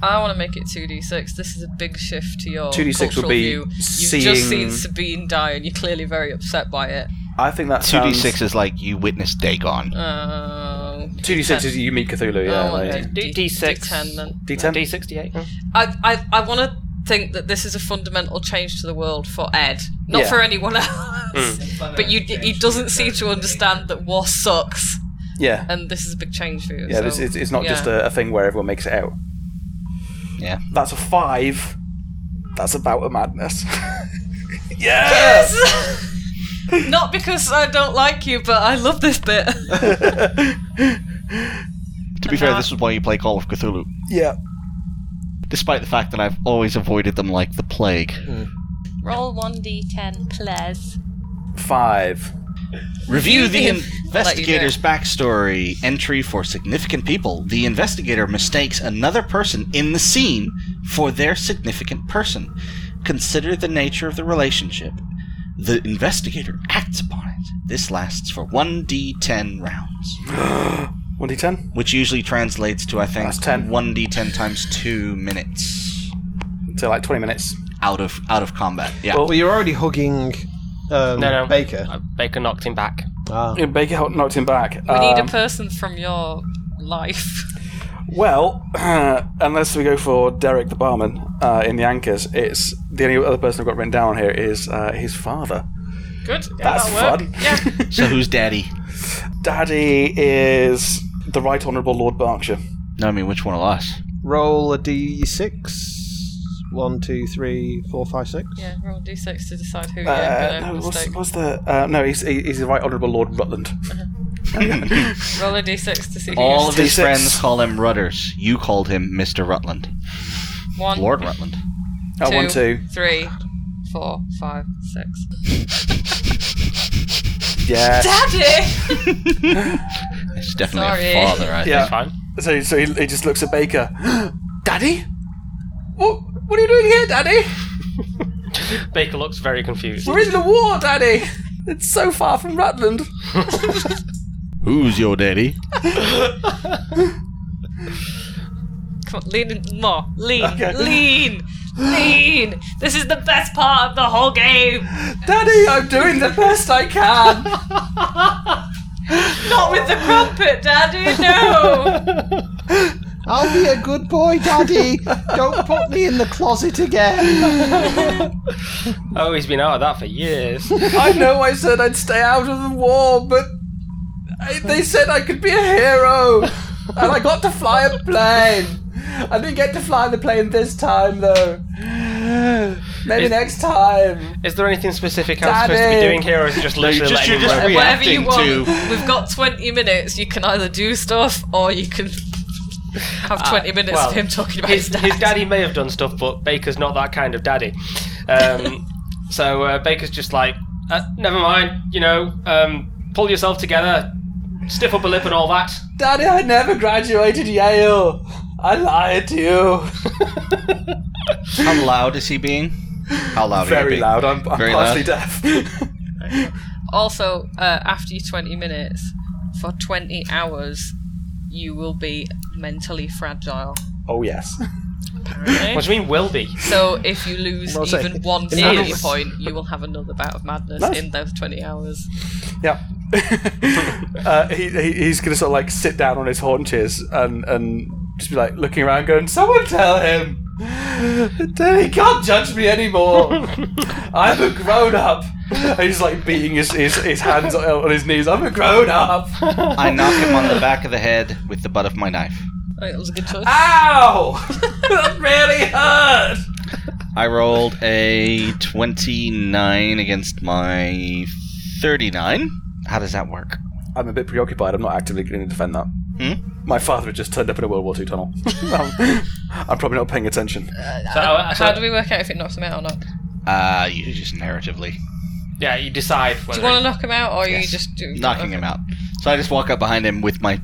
I want to make it 2d6. This is a big shift to your
2d6
cultural
would be
view. You've just
seeing-
seen Sabine die, and you're clearly very upset by it.
I think that
2d6
sounds-
is like you witnessed Dagon.
Uh, Um,
2D6 is you meet Cthulhu, yeah. Oh,
I want
like-
to do
D6.
D10 then.
D10?
D68.
I, I, I want to think that this is a fundamental change to the world for Ed, not
Yeah.
Hmm. for anyone else. But you, he doesn't seem to understand that war sucks.
Yeah.
and this is a big change for you.
Yeah,
so,
this it's, it's not just
yeah.
a, a thing where everyone makes it out.
Yeah.
That's a five. That's about a madness. yeah.
Not because I don't like you, but I love this bit.
To be fair, this is why you play Call of Cthulhu,
Yeah.
despite the fact that I've always avoided them like the plague.
Hmm.
Roll 1d10, please.
Five.
Review the
I'll let
investigator's backstory entry for significant people. The investigator mistakes another person in the scene for their significant person. Consider the nature of the relationship. The investigator acts upon it. This lasts for 1d10 rounds,
One d ten.
which usually translates to, I think,
That's 10.
1d10 times 2 minutes
So like twenty minutes.
out of out of combat. Yeah.
Well-
Well, you're already hugging um,
No, no.
Baker.
Uh, Baker knocked him back.
Ah.
Yeah, Baker helped- knocked him back.
We need a
Um,
person from your life.
well, unless we go for Derek the barman uh, in the anchors, it's the only other person I've got written down here is uh, his father.
Good. Yeah,
That's
that'll work.
fun.
Yeah.
so who's daddy?
Daddy is the Right Honourable Lord Berkshire.
No, I mean, which one of us?
Roll a d6. One, two, three, four, five, six.
yeah. Roll d6 to decide who
Uh,
you're
no,
gonna
what's,
mistake.
what's the? Uh, no, he's, he- he's the Right Honourable Lord Rutland.
Roll a d6 to see who.
All
All
of his
D6.
friends call him Rudders. You called him Mr. Rutland.
one,
Lord Rutland.
Uh, one, two.
three, four, five, six.
Yeah.
Daddy.
It's definitely
Sorry.
a father, I
Yeah.
It's fine.
So, so he, he just looks at Baker. Daddy? What, what are you doing here, Daddy?
Baker looks very confused.
We're in the war, Daddy! It's so far from Rutland.
Who's your daddy?
Come on, lean in more. Lean.
Okay.
Lean. Lean. This is the best part of the whole game.
Daddy, I'm doing the best I can!
Not with the crumpet, Daddy. No.
I'll be a good boy, Daddy. Don't put me in the closet again.
Oh, he's been out of that for years.
I know I said I'd stay out of the war, but I, they said I could be a hero! And I got to fly a plane! I didn't get to fly the plane this time, though. Maybe
Is-
next time.
Is there anything specific I'm supposed to be
Daddy.
doing here, or is it just literally
just-
letting
you're
him
just
roam?
re-
Whatever you
Reacting
want.
to-
We've got 20 minutes. You can either do stuff or you can have 20 minutes
Uh, well,
of him talking about
his,
his, dad.
his daddy may have done stuff, but Baker's not that kind of daddy. Um, so uh, Baker's just like, uh, never mind, you know, um, pull yourself together, stiff up a lip and all that.
Daddy, I never graduated Yale! I lied to you!
How loud is he being? How loud are you
Very
being?
loud. I'm, I'm
Very
partially
loud.
deaf.
Also, uh, after your 20 minutes, for 20 hours, you will be mentally fragile.
oh yes.
What do you mean, will be?
So if you lose
Well, so-
even one
in
sanity
hours.
point, you will have another bout of madness
Nice.
in those 20 hours.
Yeah. uh, he, he he's gonna sort of like sit down on his haunches and and just be like looking around, going, "Someone tell him." He can't judge me anymore. I'm a grown up. And he's like beating his, his, his hands on on his knees. I'm a grown up.
I knock him on the back of the head with the butt of my knife.
I think that was a good choice.
Ah,
Ow! that really hurt.
I rolled a 29 against my 39. How does that work?
I'm a bit preoccupied. I'm not actively going to defend that.
Hmm?
My father had just turned up in a World War II tunnel. I'm, I'm probably not paying attention.
So, uh, so-
How do we work out if it knocks him out or not? Do
Uh, you just narratively.
yeah, you decide whether
you want to knock him out or
Yes.
you just do
Knocking him out. So I just walk up behind him with my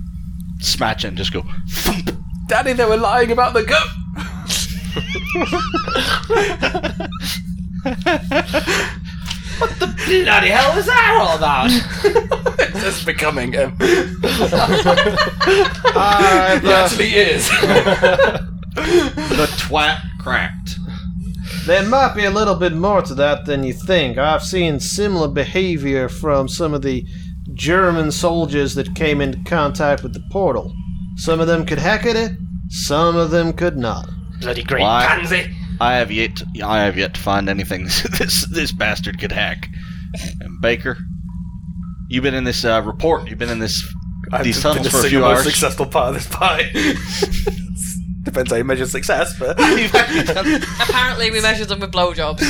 smatch and just go, thump.
Daddy, they were lying about the goat.
bloody hell was that all about?
It's becoming um, him.
I,
He actually is.
The twat cracked.
There might be a little bit more to that than you think. I've seen similar behavior from some of the German soldiers that came into contact with the portal. Some of them could hack at it, some of them could not.
Bloody green
Why?
pansy.
I have yet I have yet to find anything this this, this bastard could hack. And Baker, you've been in this uh, report. You've been in this
I've
These
just been
tunnels
the
for a
single
few
most
hours.
successful part of this pie. Depends how you measure success, but
Apparently, we measured them with blowjobs.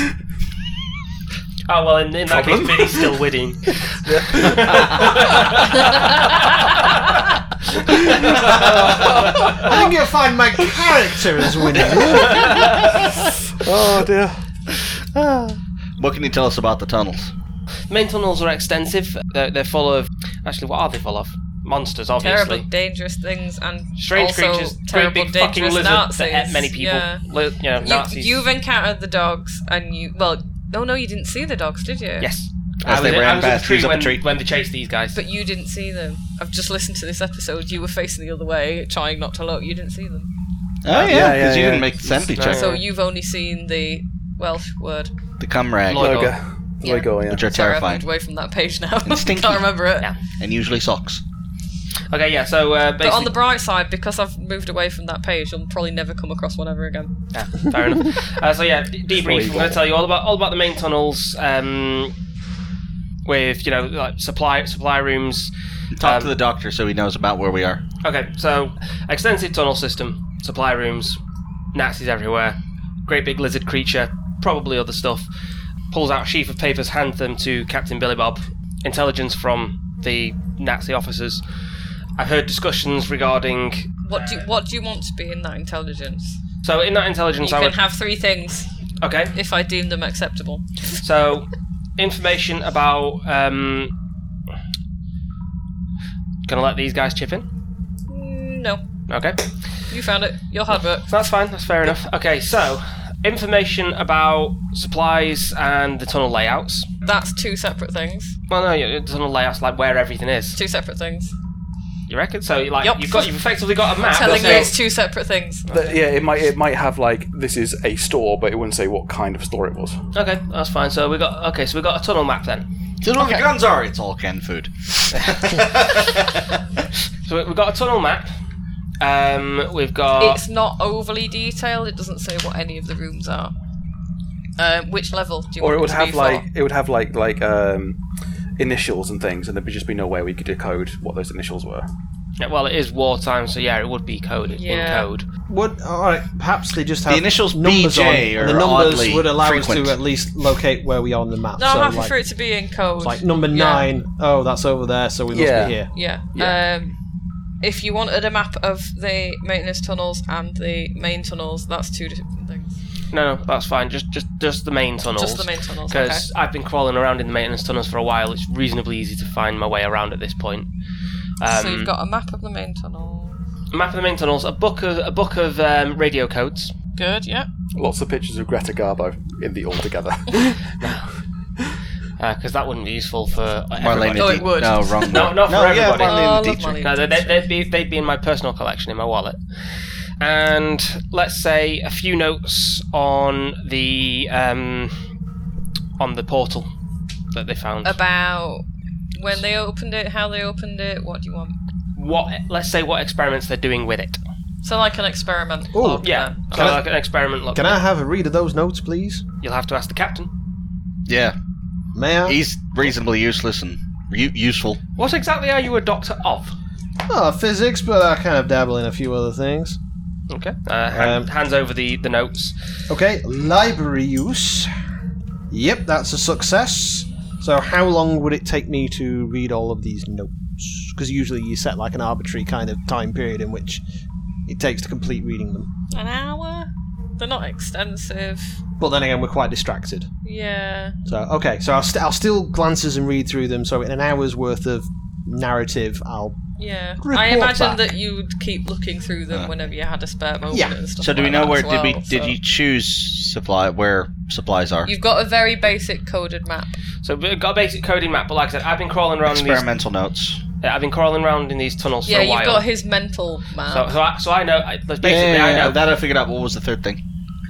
Oh well, in, in that case,
Problem?
Vinny's still winning.
I think you'll find my character is winning.
oh dear.
What can you tell us about the tunnels?
Main tunnels are extensive. They're, they're full of actually, what are they full of? Monsters, obviously.
terrible, dangerous things and
Strange
also
creatures, great
terrible,
big fucking
dangerous
lizard
Nazis.
that ate many people.
Yeah.
Li- you know, Nazis.
You, you've encountered the dogs, and you well, no, no, you didn't see the dogs, did you?
yes.
As
I
they
was,
ran
I was at
past,
the
he was
tree
up a
when,
tree.
when they chased these guys.
But you didn't see them. I've just listened to this episode. You were facing the other way, trying not to look. You didn't see them.
Oh, yeah,
yeah,
because you
yeah.
didn't make the sanity
No.
check.
So you've only seen the Welsh word.
The cum rag,
Lloyd.
Okay.
Yeah.
We go, yeah.
which are
Sorry, I've
terrifying.
moved away from that page now.
And stinky.
Can't remember it.
Yeah.
and usually socks.
okay, yeah. So uh, basically,
But on the bright side, because I've moved away from that page, you'll probably never come across one ever again.
Yeah, fair enough. Uh, so yeah, d- debrief. I'm going to tell you all about all about the main tunnels. Um, with you know like supply supply rooms.
Talk
Um,
to the doctor so he knows about where we are.
Okay, so extensive tunnel system, supply rooms, Nazis everywhere, great big lizard creature, probably other stuff. Pulls out a sheaf of papers, hands them to Captain Billy Bob. Intelligence from the Nazi officers. I've heard discussions regarding.
What do you, what do you want to be in that intelligence?
So in that intelligence,
You
I
can
would.
have three things
okay.
if I deem them acceptable.
So, information about. Um, gonna let these guys chip in.
Mm, No,
Okay,
you found it. Your hard work.
that's fine. That's fair enough. Okay, so information about supplies and the tunnel layouts.
That's two separate things.
Well, no, yeah, the tunnel layouts like where everything is.
Two separate things.
You reckon? So, like,
Yup.
you've got you've effectively got a
Ah,
map.
Telling
so-
you it's two separate things.
But, yeah, it might it might have like this is a store, but it wouldn't say what kind of store it was.
Okay, that's fine. So we got okay. So we got a tunnel map then.
Do you know where the guns are? It's all canned food.
So we- we've got a tunnel map. Um, we've
Ah.
got
It's not overly detailed. It doesn't say what any of the rooms are. Um, which level do you
Or
want
it would
to be
have
for?
like it would have like like um initials and things, and there'd just be no way we could decode what those initials were.
yeah, well, it is wartime, so yeah, it would be coded
Yeah.
in code.
Would all right? Perhaps they just have
The initials
numbers
BJ
on,
are
and the numbers
oddly
would allow us
frequent.
to at least locate where we are on the map.
No, I'm
so
happy
like,
for it to be in code.
like number
Yeah.
nine, oh, that's over there, so we
Yeah.
must be here.
Yeah.
Yeah.
Um, if you wanted a map of the maintenance tunnels and the main tunnels, that's two different things.
No, no, that's fine. Just, just, just the main tunnels.
Just the main tunnels. Okay.
Because I've been crawling around in the maintenance tunnels for a while. It's reasonably easy to find my way around at this point. Um,
so you've got a map of the main tunnel.
a map of the main tunnels, a book of a book of um, radio codes.
Good. Yeah.
Lots of pictures of Greta Garbo in the altogether.
Because uh, that wouldn't be useful for
Marlene
No,
everybody.
and
Oh, it would.
No, wrong
No,
one.
not for
no, yeah, Marlene
everybody.
Oh,
and
I love
Dietrich.
Marlene.
No, they, they, would be they'd be in my personal collection in my wallet. And let's say a few notes on the um, on the portal that they found.
About when they opened it, how they opened it. What do you want?
what? Let's say what experiments they're doing with it.
So like an experiment.
Ooh.
log
Yeah,
then.
so
Can I-
like an experiment. Look,
Can I have a read of those notes, please?
you'll have to ask the captain.
Yeah,
May I?
he's reasonably useless and u- useful.
What exactly are you a doctor of?
Oh, physics, but I kind of dabble in a few other things.
Okay. Uh, hand,
Um,
hands over the, the notes.
Okay, library use. Yep, that's a success. So, how long would it take me to read all of these notes? Because usually you set like an arbitrary kind of time period in which it takes to complete reading them.
An hour. They're not extensive.
But then again, we're quite distracted.
Yeah.
So, okay, so I'll, st- I'll still glances and read through them. So, in an hour's worth of narrative, I'll.
Yeah.
Report
I imagine
back.
that you'd keep looking through them whenever you had a spare moment
Yeah.
and stuff.
So do we
like
know
that
where
as
did we
well,
did
so-
you choose supply where supplies are?
You've got a very basic coded map.
So we've got a basic coding map, but like I said, I've been crawling around. In these,
Experimental notes.
yeah, I've been crawling around in these tunnels
Yeah,
for a while.
you've got his mental map.
so, so, I, so I know. I, basically,
yeah,
I
yeah,
know.
that I figured out. What was the third thing?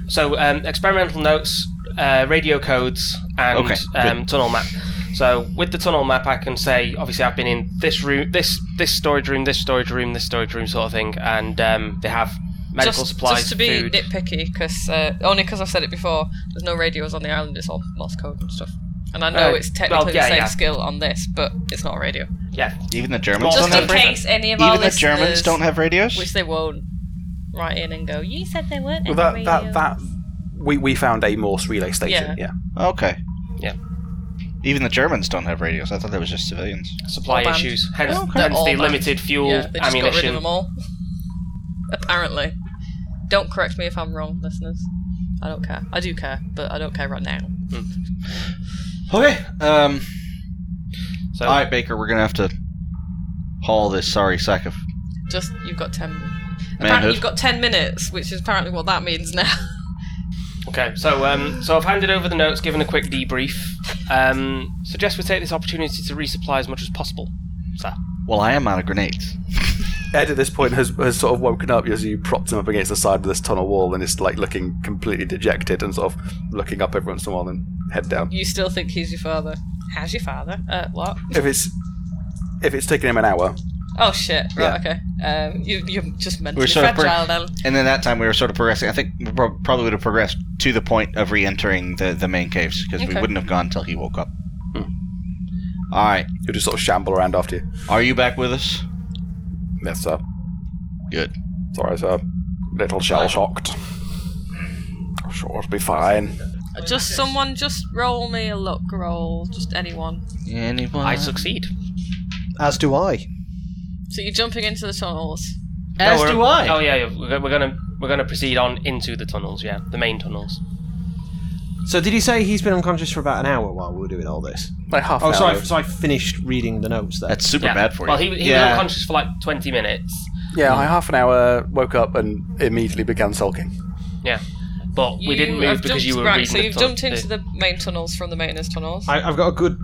So um, experimental notes, uh, radio codes, and
Okay,
um,
good.
tunnel map. So with the tunnel map, I can say obviously I've been in this room, this this storage room, this storage room, this storage room, sort of thing, and um, they have medical
just,
supplies,
just to be
food.
nitpicky, because uh, only because I've said it before, there's no radios on the island. It's all Morse code and stuff. And I know
Uh,
it's technically
well, yeah,
the same
yeah.
skill on this, but it's not a radio.
Yeah.
Even the Germans don't
Just
Just
have
in
Right.
radios.
case any of our
Even the
listeners,
Germans don't have radios.
which they won't, write in and go. You said there weren't.
Well, that
any
that that
radios."
we we found a Morse relay station.
Yeah.
Yeah.
Okay.
Yeah.
Even the Germans don't have radios. I thought that was just civilians.
Supply
All banned.
issues. Hence,
Oh, okay.
hence
All
the
banned.
limited fuel,
yeah, they just got rid of
ammunition.
them all. Apparently, don't correct me if I'm wrong, listeners. I don't care. I do care, but I don't care right now.
Okay. Um.
So,
Oh.
All right, Baker. We're gonna have to haul this sorry sack of
Just you've got ten. Apparently,
manhood.
you've got ten minutes, which is apparently what that means now.
okay. So, um, so I've handed over the notes, given a quick debrief. Um, suggest we take this opportunity to resupply as much as possible. Sir.
well, I am out of grenades.
Ed at this point has, has sort of woken up as you propped him up against the side of this tunnel wall and is like looking completely dejected and sort of looking up every once in a while and head down.
you still think he's your father? How's your father? Uh, what?
If it's if it's taking him an hour,
Oh shit! Right, okay. Um, you, you're just mentally
We're sort of
fragile
pro-
then.
and then that time we were sort of progressing. I think we prob- probably would have progressed to the point of re-entering the the main caves because we
Okay.
wouldn't have gone until he woke up. All right.
you'll just sort of shamble around after you.
Are you back with us?
Yes, sir.
Good.
Sorry, sir. Little shell shocked. I'm sure it'll be fine.
Just someone, just roll me a luck roll. Just anyone.
Anyone?
I succeed.
As do I.
So you're jumping into the tunnels.
As
we're-
do I.
Oh yeah, yeah, we're, go- we're gonna we're gonna proceed on into the tunnels. Yeah, the main tunnels.
So did he say he's been unconscious for about an hour while we were doing all this?
Like half an
Oh, so
hour.
I, so I finished reading the notes there.
That's super
yeah.
bad for you.
Well, he, he
Yeah.
was unconscious for like twenty minutes.
Yeah, I half an hour woke up and immediately began sulking.
Yeah, but we
You
didn't
have
move because
jumped-
you were
right.
reading
So
the
you've
tun-
jumped into the main tunnels from the maintenance tunnels.
I, I've got a good.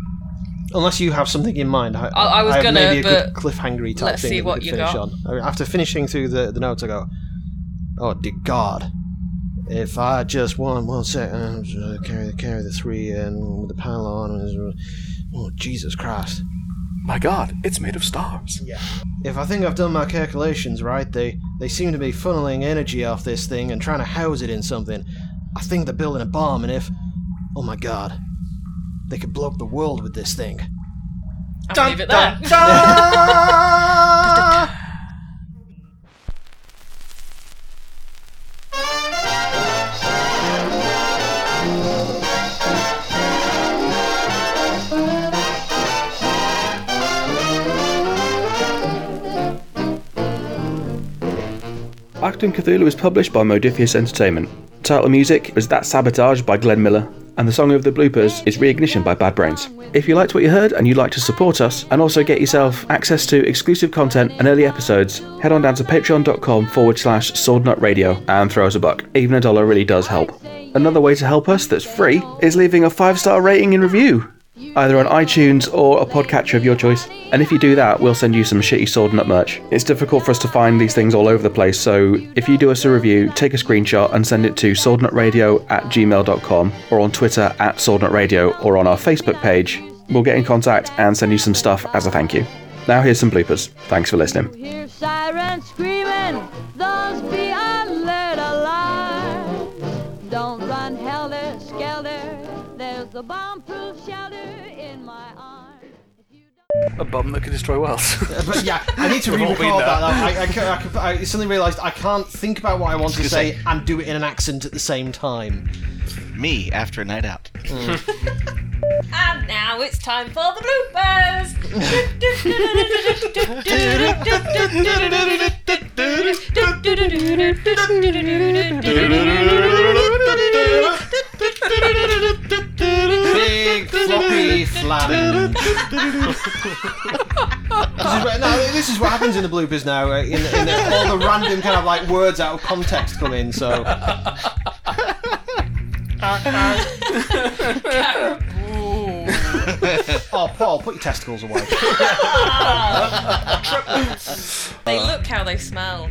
Unless you have something in mind, I,
I- I was
have
gonna,
maybe a good
but
cliffhangery type
let's
thing
see
that we
what
could
you
finish
got.
on. I mean, after finishing through the, the notes, I go, "Oh dear God, if I just one one second uh, carry the carry the three and with the panel on, and, oh Jesus Christ!
My God, it's made of stars.
If I think I've done my calculations right, they they seem to be funneling energy off this thing and trying to house it in something. I think they're building a bomb, and if, oh my God, they could blow up the world with this thing."
I'll leave it there.
Acton Cthulhu is published by Modifius Entertainment. Title music is That Sabotage by Glenn Miller, and the song of the bloopers is Reignition by Bad Brains. If you liked what you heard and you'd like to support us and also get yourself access to exclusive content and early episodes, head on down to patreon.com forward slash swordnut radio and throw us a buck. Even a dollar really does help. Another way to help us that's free is leaving a five star rating and review, either on iTunes or a podcatcher of your choice. And if you do that, we'll send you some shitty sword nut merch. It's difficult for us to find these things all over the place, so if you do us a review, take a screenshot and send it to swordnutradio at gmail.com or on Twitter at swordnutradio or on our Facebook page. We'll get in contact and send you some stuff as a thank you. Now, here's some bloopers. Thanks for listening.
You hear sirens screaming, those be alert alarms. Don't run helter skelter, there's a bomb proof shelter in my arms. If you don't-
A bomb that could destroy worlds.
But yeah, I need to
We've all been
re-record
there.
that. I, I, ca- I, ca- I suddenly realised I can't think about what I want to
gonna say-
say and do it in an accent at the same time.
Me after a night out.
And now it's time for the bloopers.
Big floppy flam. this is where, no, this is what happens in the bloopers now. uh, In, in the, all the random kind of like words out of context come in. So oh, Paul, put your testicles away.
They look how they smell.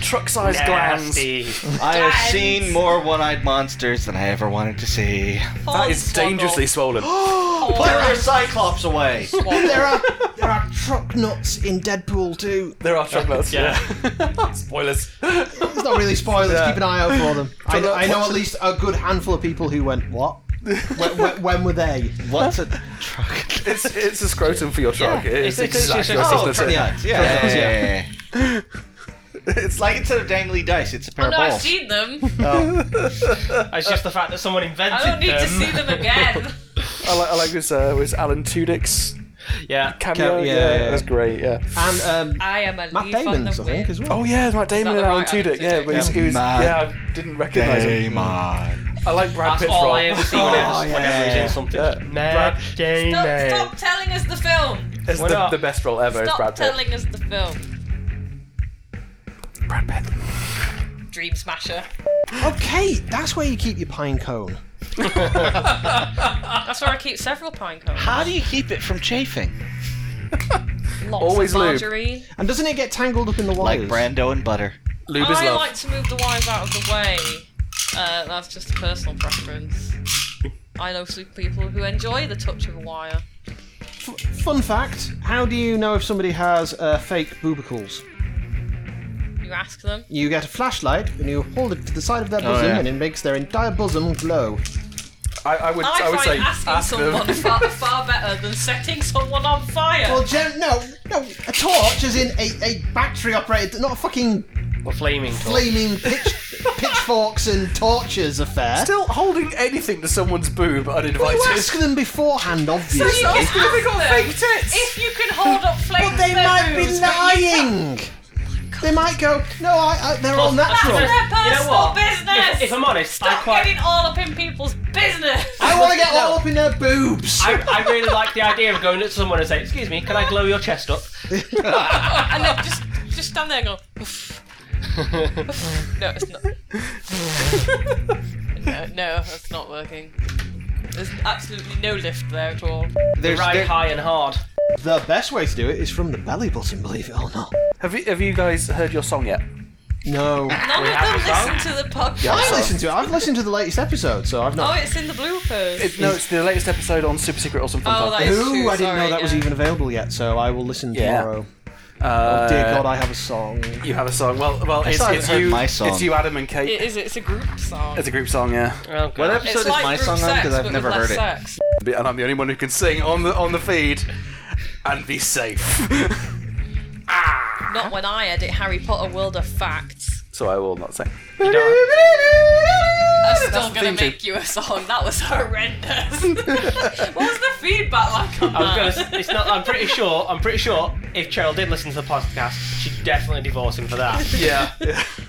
Truck-sized
Nasty.
I have seen more one-eyed monsters than I ever wanted to see.
That is dangerously swollen.
Put our cyclops away.
there are there are truck nuts in Deadpool too.
There are truck nuts. Yeah. Spoilers.
It's not really spoilers.
Yeah.
Keep an eye out for them. I,
Don't know-
I know
what's
at
the-
least a good handful of people who went what. when, when, when were they?
What's a truck?
It's it's a scrotum for your truck. it is.
it's exactly-
your
Oh,
sister's-
from the ice. Yeah, yeah,
Yeah.
yeah, yeah, yeah. It's like instead of dangly dice, it's a pair
Oh,
of
no, I've
balls.
seen them.
It's just the fact that someone invented
I don't need
them.
to see them again.
I like, I like this. Uh, was Alan Tudyk's
Yeah.
cameo?
Cam- yeah,
yeah,
yeah.
that's great. Yeah.
And um,
I am a
Matt
leaf on the
Damon's, I think,
wind.
as well.
Oh yeah, Matt Damon
that
and
the
Alan
right Alan
Tudyk.
Tudyk?
Yeah, but he's, he was.
Matt
Yeah, I didn't
Oh,
recognise him.
on.
I like Brad
That's
Pitt's
all
role.
I ever see when
Oh,
I- whenever he's
yeah.
in something.
Yeah.
Mad
Stop,
Damon.
stop telling us the film.
It's
Why
the,
not?
the best role ever. is
Stop
Brad Pitt.
telling us the film.
Brad Pitt.
Dream Smasher.
Okay, that's where you keep your pine cone.
That's where I keep several pine cones.
How do you keep it from chafing?
Lots
Always
of
lube.
margarine.
And doesn't it get tangled up in the
Like
wires?
Brando and butter.
Lube is
I
love.
like to move the wires out of the way. Uh, that's just a personal preference. I know some people who enjoy the touch of a wire.
Fun fact: How do you know if somebody has uh, fake boobicles?
You ask them.
You get a flashlight and you hold it to the side of their bosom,
Oh, yeah.
and it makes their entire bosom glow.
I, I would.
I,
I, would
find
say
asking
ask
someone
them.
far, far better than setting someone on fire.
Well, Jen, no, no, a torch is in a, a battery operated, not a fucking
Or flaming. torch.
flaming pitch, pitchforks and torches affair.
Still holding anything to someone's boob uninvited.
you ask them beforehand, obviously.
you can
It's because they got
ask them
fake tits.
If you can hold up flames,
but they
to their
might be
boobs, but you can't-
lying. They might go, no, I, I, they're all
That's
natural.
their personal
You know what?
business.
If, if I'm honest, I
Stop
quite.
getting all up in people's business.
I want to get all up in their boobs.
I, I really like the idea of going up to someone and saying, "Excuse me, can I glow your chest up?"
and then just just stand there and go. Oof. Oof. no, it's not. no, no, that's not working. There's absolutely no lift there at all.
There's-
Ride
there-
high and hard.
the best way to do it is from the belly button, believe it or not.
Have you Have you guys heard your song yet?
No.
None of them
have a
listen to the podcast.
I listened to it. I've listened to the latest episode, so I've
Oh,
not.
it's in the bloopers.
It, no, it's the latest episode on Super Secret Awesome Fun
Oh,
Time.
that is
Ooh,
true.
I didn't know
sorry,
that was
yeah.
even available yet, so I will listen
Yeah.
tomorrow.
Uh,
Oh, Dear God, I have a song.
you have a song. Well, well, it's,
still haven't
it's
heard
you.
my song.
It's you, Adam and Kate.
It is. It's a group song.
It's a group song, yeah.
Oh, God.
What
It's
episode is
like
my
group
song on?
sex,
Because I've
but
never
with
heard
less
it.
Sex.
And I'm the only one who can sing on the on the feed and be safe.
Not when I edit Harry Potter World of Facts.
so I will not sing.
You don't-
I'm still gonna
theme tune.
make you a song. That was horrendous. what was the feedback like on
I was gonna.
that?
s- It's not. I'm pretty sure. I'm pretty sure. If Cheryl did listen to the podcast, she'd definitely divorce him for that.
Yeah.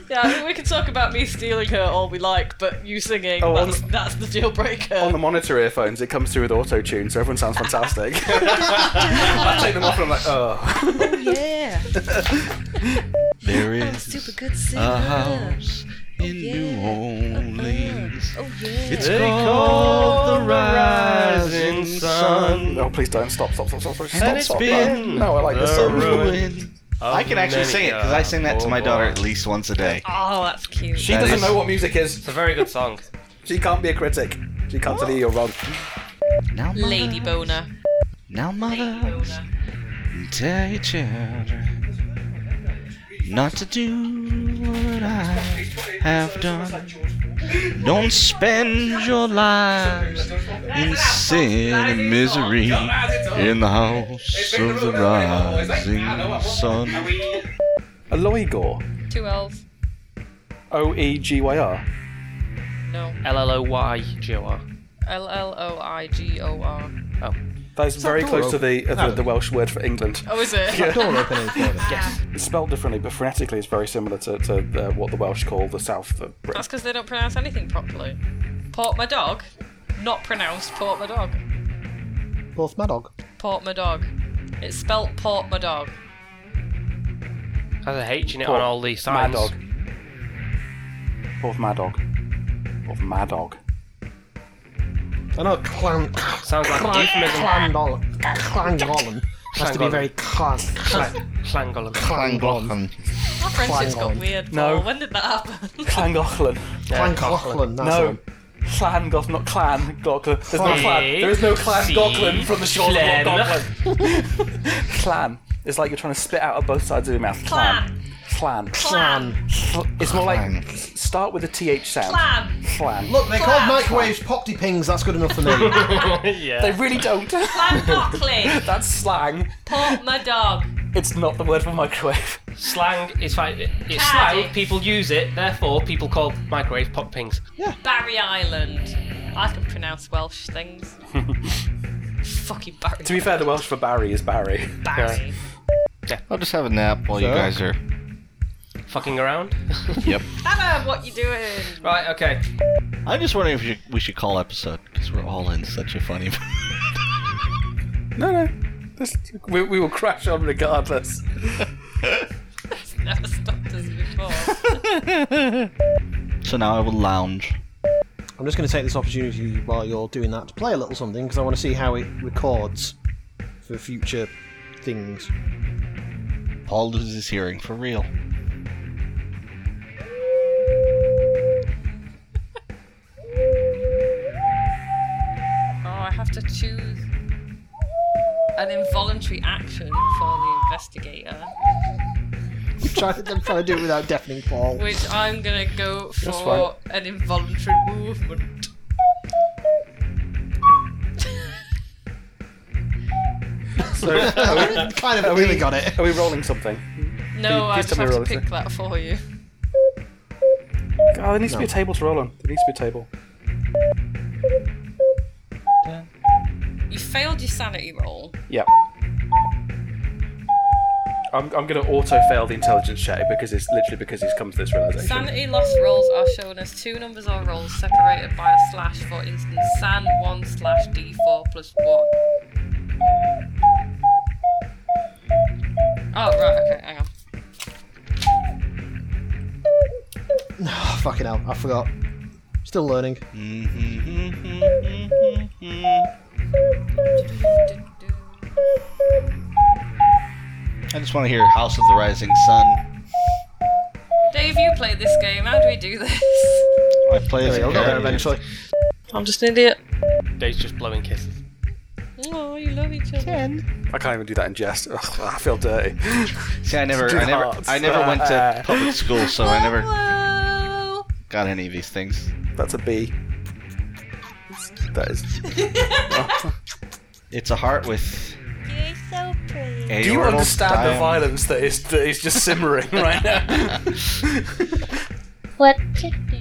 Yeah, I mean, we can talk about me stealing her all we like, but you singing,
Oh, on
that's, that's the deal breaker.
on the monitor earphones, it comes through with auto tune, so everyone sounds fantastic. I take them off and I'm like, oh.
yeah.
There is
Super good singer.
Uh,
a house in New Orleans.
oh, yeah.
It's called the Rising Sun.
No, Um, oh, please don't. Stop, stop, stop, stop, stop. stop,
And it's
stop.
been
No, I like this
the
song.
ruin.
I can actually sing it because I sing that to my daughter at least once a day.
Oh, that's cute.
She
That
doesn't
is-
know what music is.
It's a very good song.
She can't be a critic. She can't tell you you're wrong.
Now, mother,
Lady Boner.
now,
Lady
mother,
Boner.
tell your children not to do what I have done. Don't spend your lives in sin and misery in the house of the rising sun.
Aloygor.
Two L's.
O E G Y R.
No.
L L O Y G O R. Oh,
L L O I G O R.
That is very
door
close to
open?
the, uh,
No.
the the Welsh word for England.
Oh, is it?
Door opening for them.
It's spelled differently, but phonetically, it's very similar to, to uh, what the Welsh call the South of Britain.
That's because they don't pronounce anything properly. Port my dog. Not pronounced port my dog.
Both my dog.
Port my dog. It's spelt port my dog.
Has a H in it on all the
Mad
signs.
dog. Of mad dog. Of mad dog.
I know clan.
Sounds like
Clan.
euphemism.
Clan Gollum. Clan Gollum. Has to be
Clan
very clan. Clan.
Klangolin.
Clan Gollum.
My friendship's
Clang on.
got weird.
No.
Paul. When did that happen?
Clangochlin.
Clan Gollin. That's
No.
one.
Clan Goth, not clan Gocklin. There's no
Clan.
clan. There is no clan
See?
Gocklin from the shores
Clan.
of Loch Goblin. clan. It's like you're trying to spit out of both sides of your mouth. Clan.
Clan.
Clan. Clan.
Clan.
It's more
Clan.
like start with a th sound.
Clan.
Clan.
Look, they called microwaves popty pings. That's good enough for me.
they really don't.
Clan Buckley.
That's slang.
Port my dog.
It's not the word for microwave.
Slang is fine. It's
Caddy.
slang. People use it. Therefore, people call microwave pop pings.
Barry Island. I can pronounce Welsh things. Fucking Barry.
To be fair, the Welsh for Barry is Barry.
Barry.
I'll just have a nap while you
Sir?
guys are.
Fucking around.
Yep.
Hannah, what you doing?
right. Okay.
I'm just wondering if you, we should call episode because we're all in such a funny.
No, no. This, we, we will crash on regardless.
Never stopped us before.
so now I will lounge.
I'm just going to take this opportunity while you're doing that to play a little something because I want to see how it records for future things.
Paul loses his hearing for real.
Oh, I have to choose an involuntary action for the investigator,
I'm trying, I'm trying to do it without deafening Paul.
which I'm gonna go
fine.
for an involuntary movement.
So, are we,
kind of
are
nearly
we-
got it.
are we rolling something?
No, I
please
just
tell me
have to
what it is.
pick that for you.
Oh, there needs to be a table to roll on. There needs to be a table.
You failed your sanity roll.
Yep. I'm, I'm going to auto fail the intelligence check because it's literally because he's come to this realization.
Sanity loss rolls are shown as two numbers or rolls separated by a slash. For instance, san one slash d four plus one. Oh right, okay, hang on.
Oh, fucking hell, I forgot. Still learning.
I just want to hear House of the Rising Sun.
Dave, you played this game. How do we do this?
I play as
Anyway,
a
I'll get there
character.
eventually.
I'm just an idiot.
Dave's just blowing kisses.
Oh, you love each other.
I can't even do that in jest. Ugh, I feel dirty.
See, I never, I never, I never went to public school, so I never got any of these things.
That's a B. That is.
It's a heart with.
You're so pretty.
Do
violence that is that is just simmering right now?
What to do?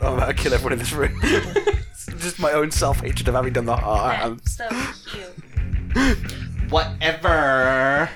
I'm about to Oh, kill everyone in this room. It's just my own self hatred of having done the heart.
so cute.
Whatever.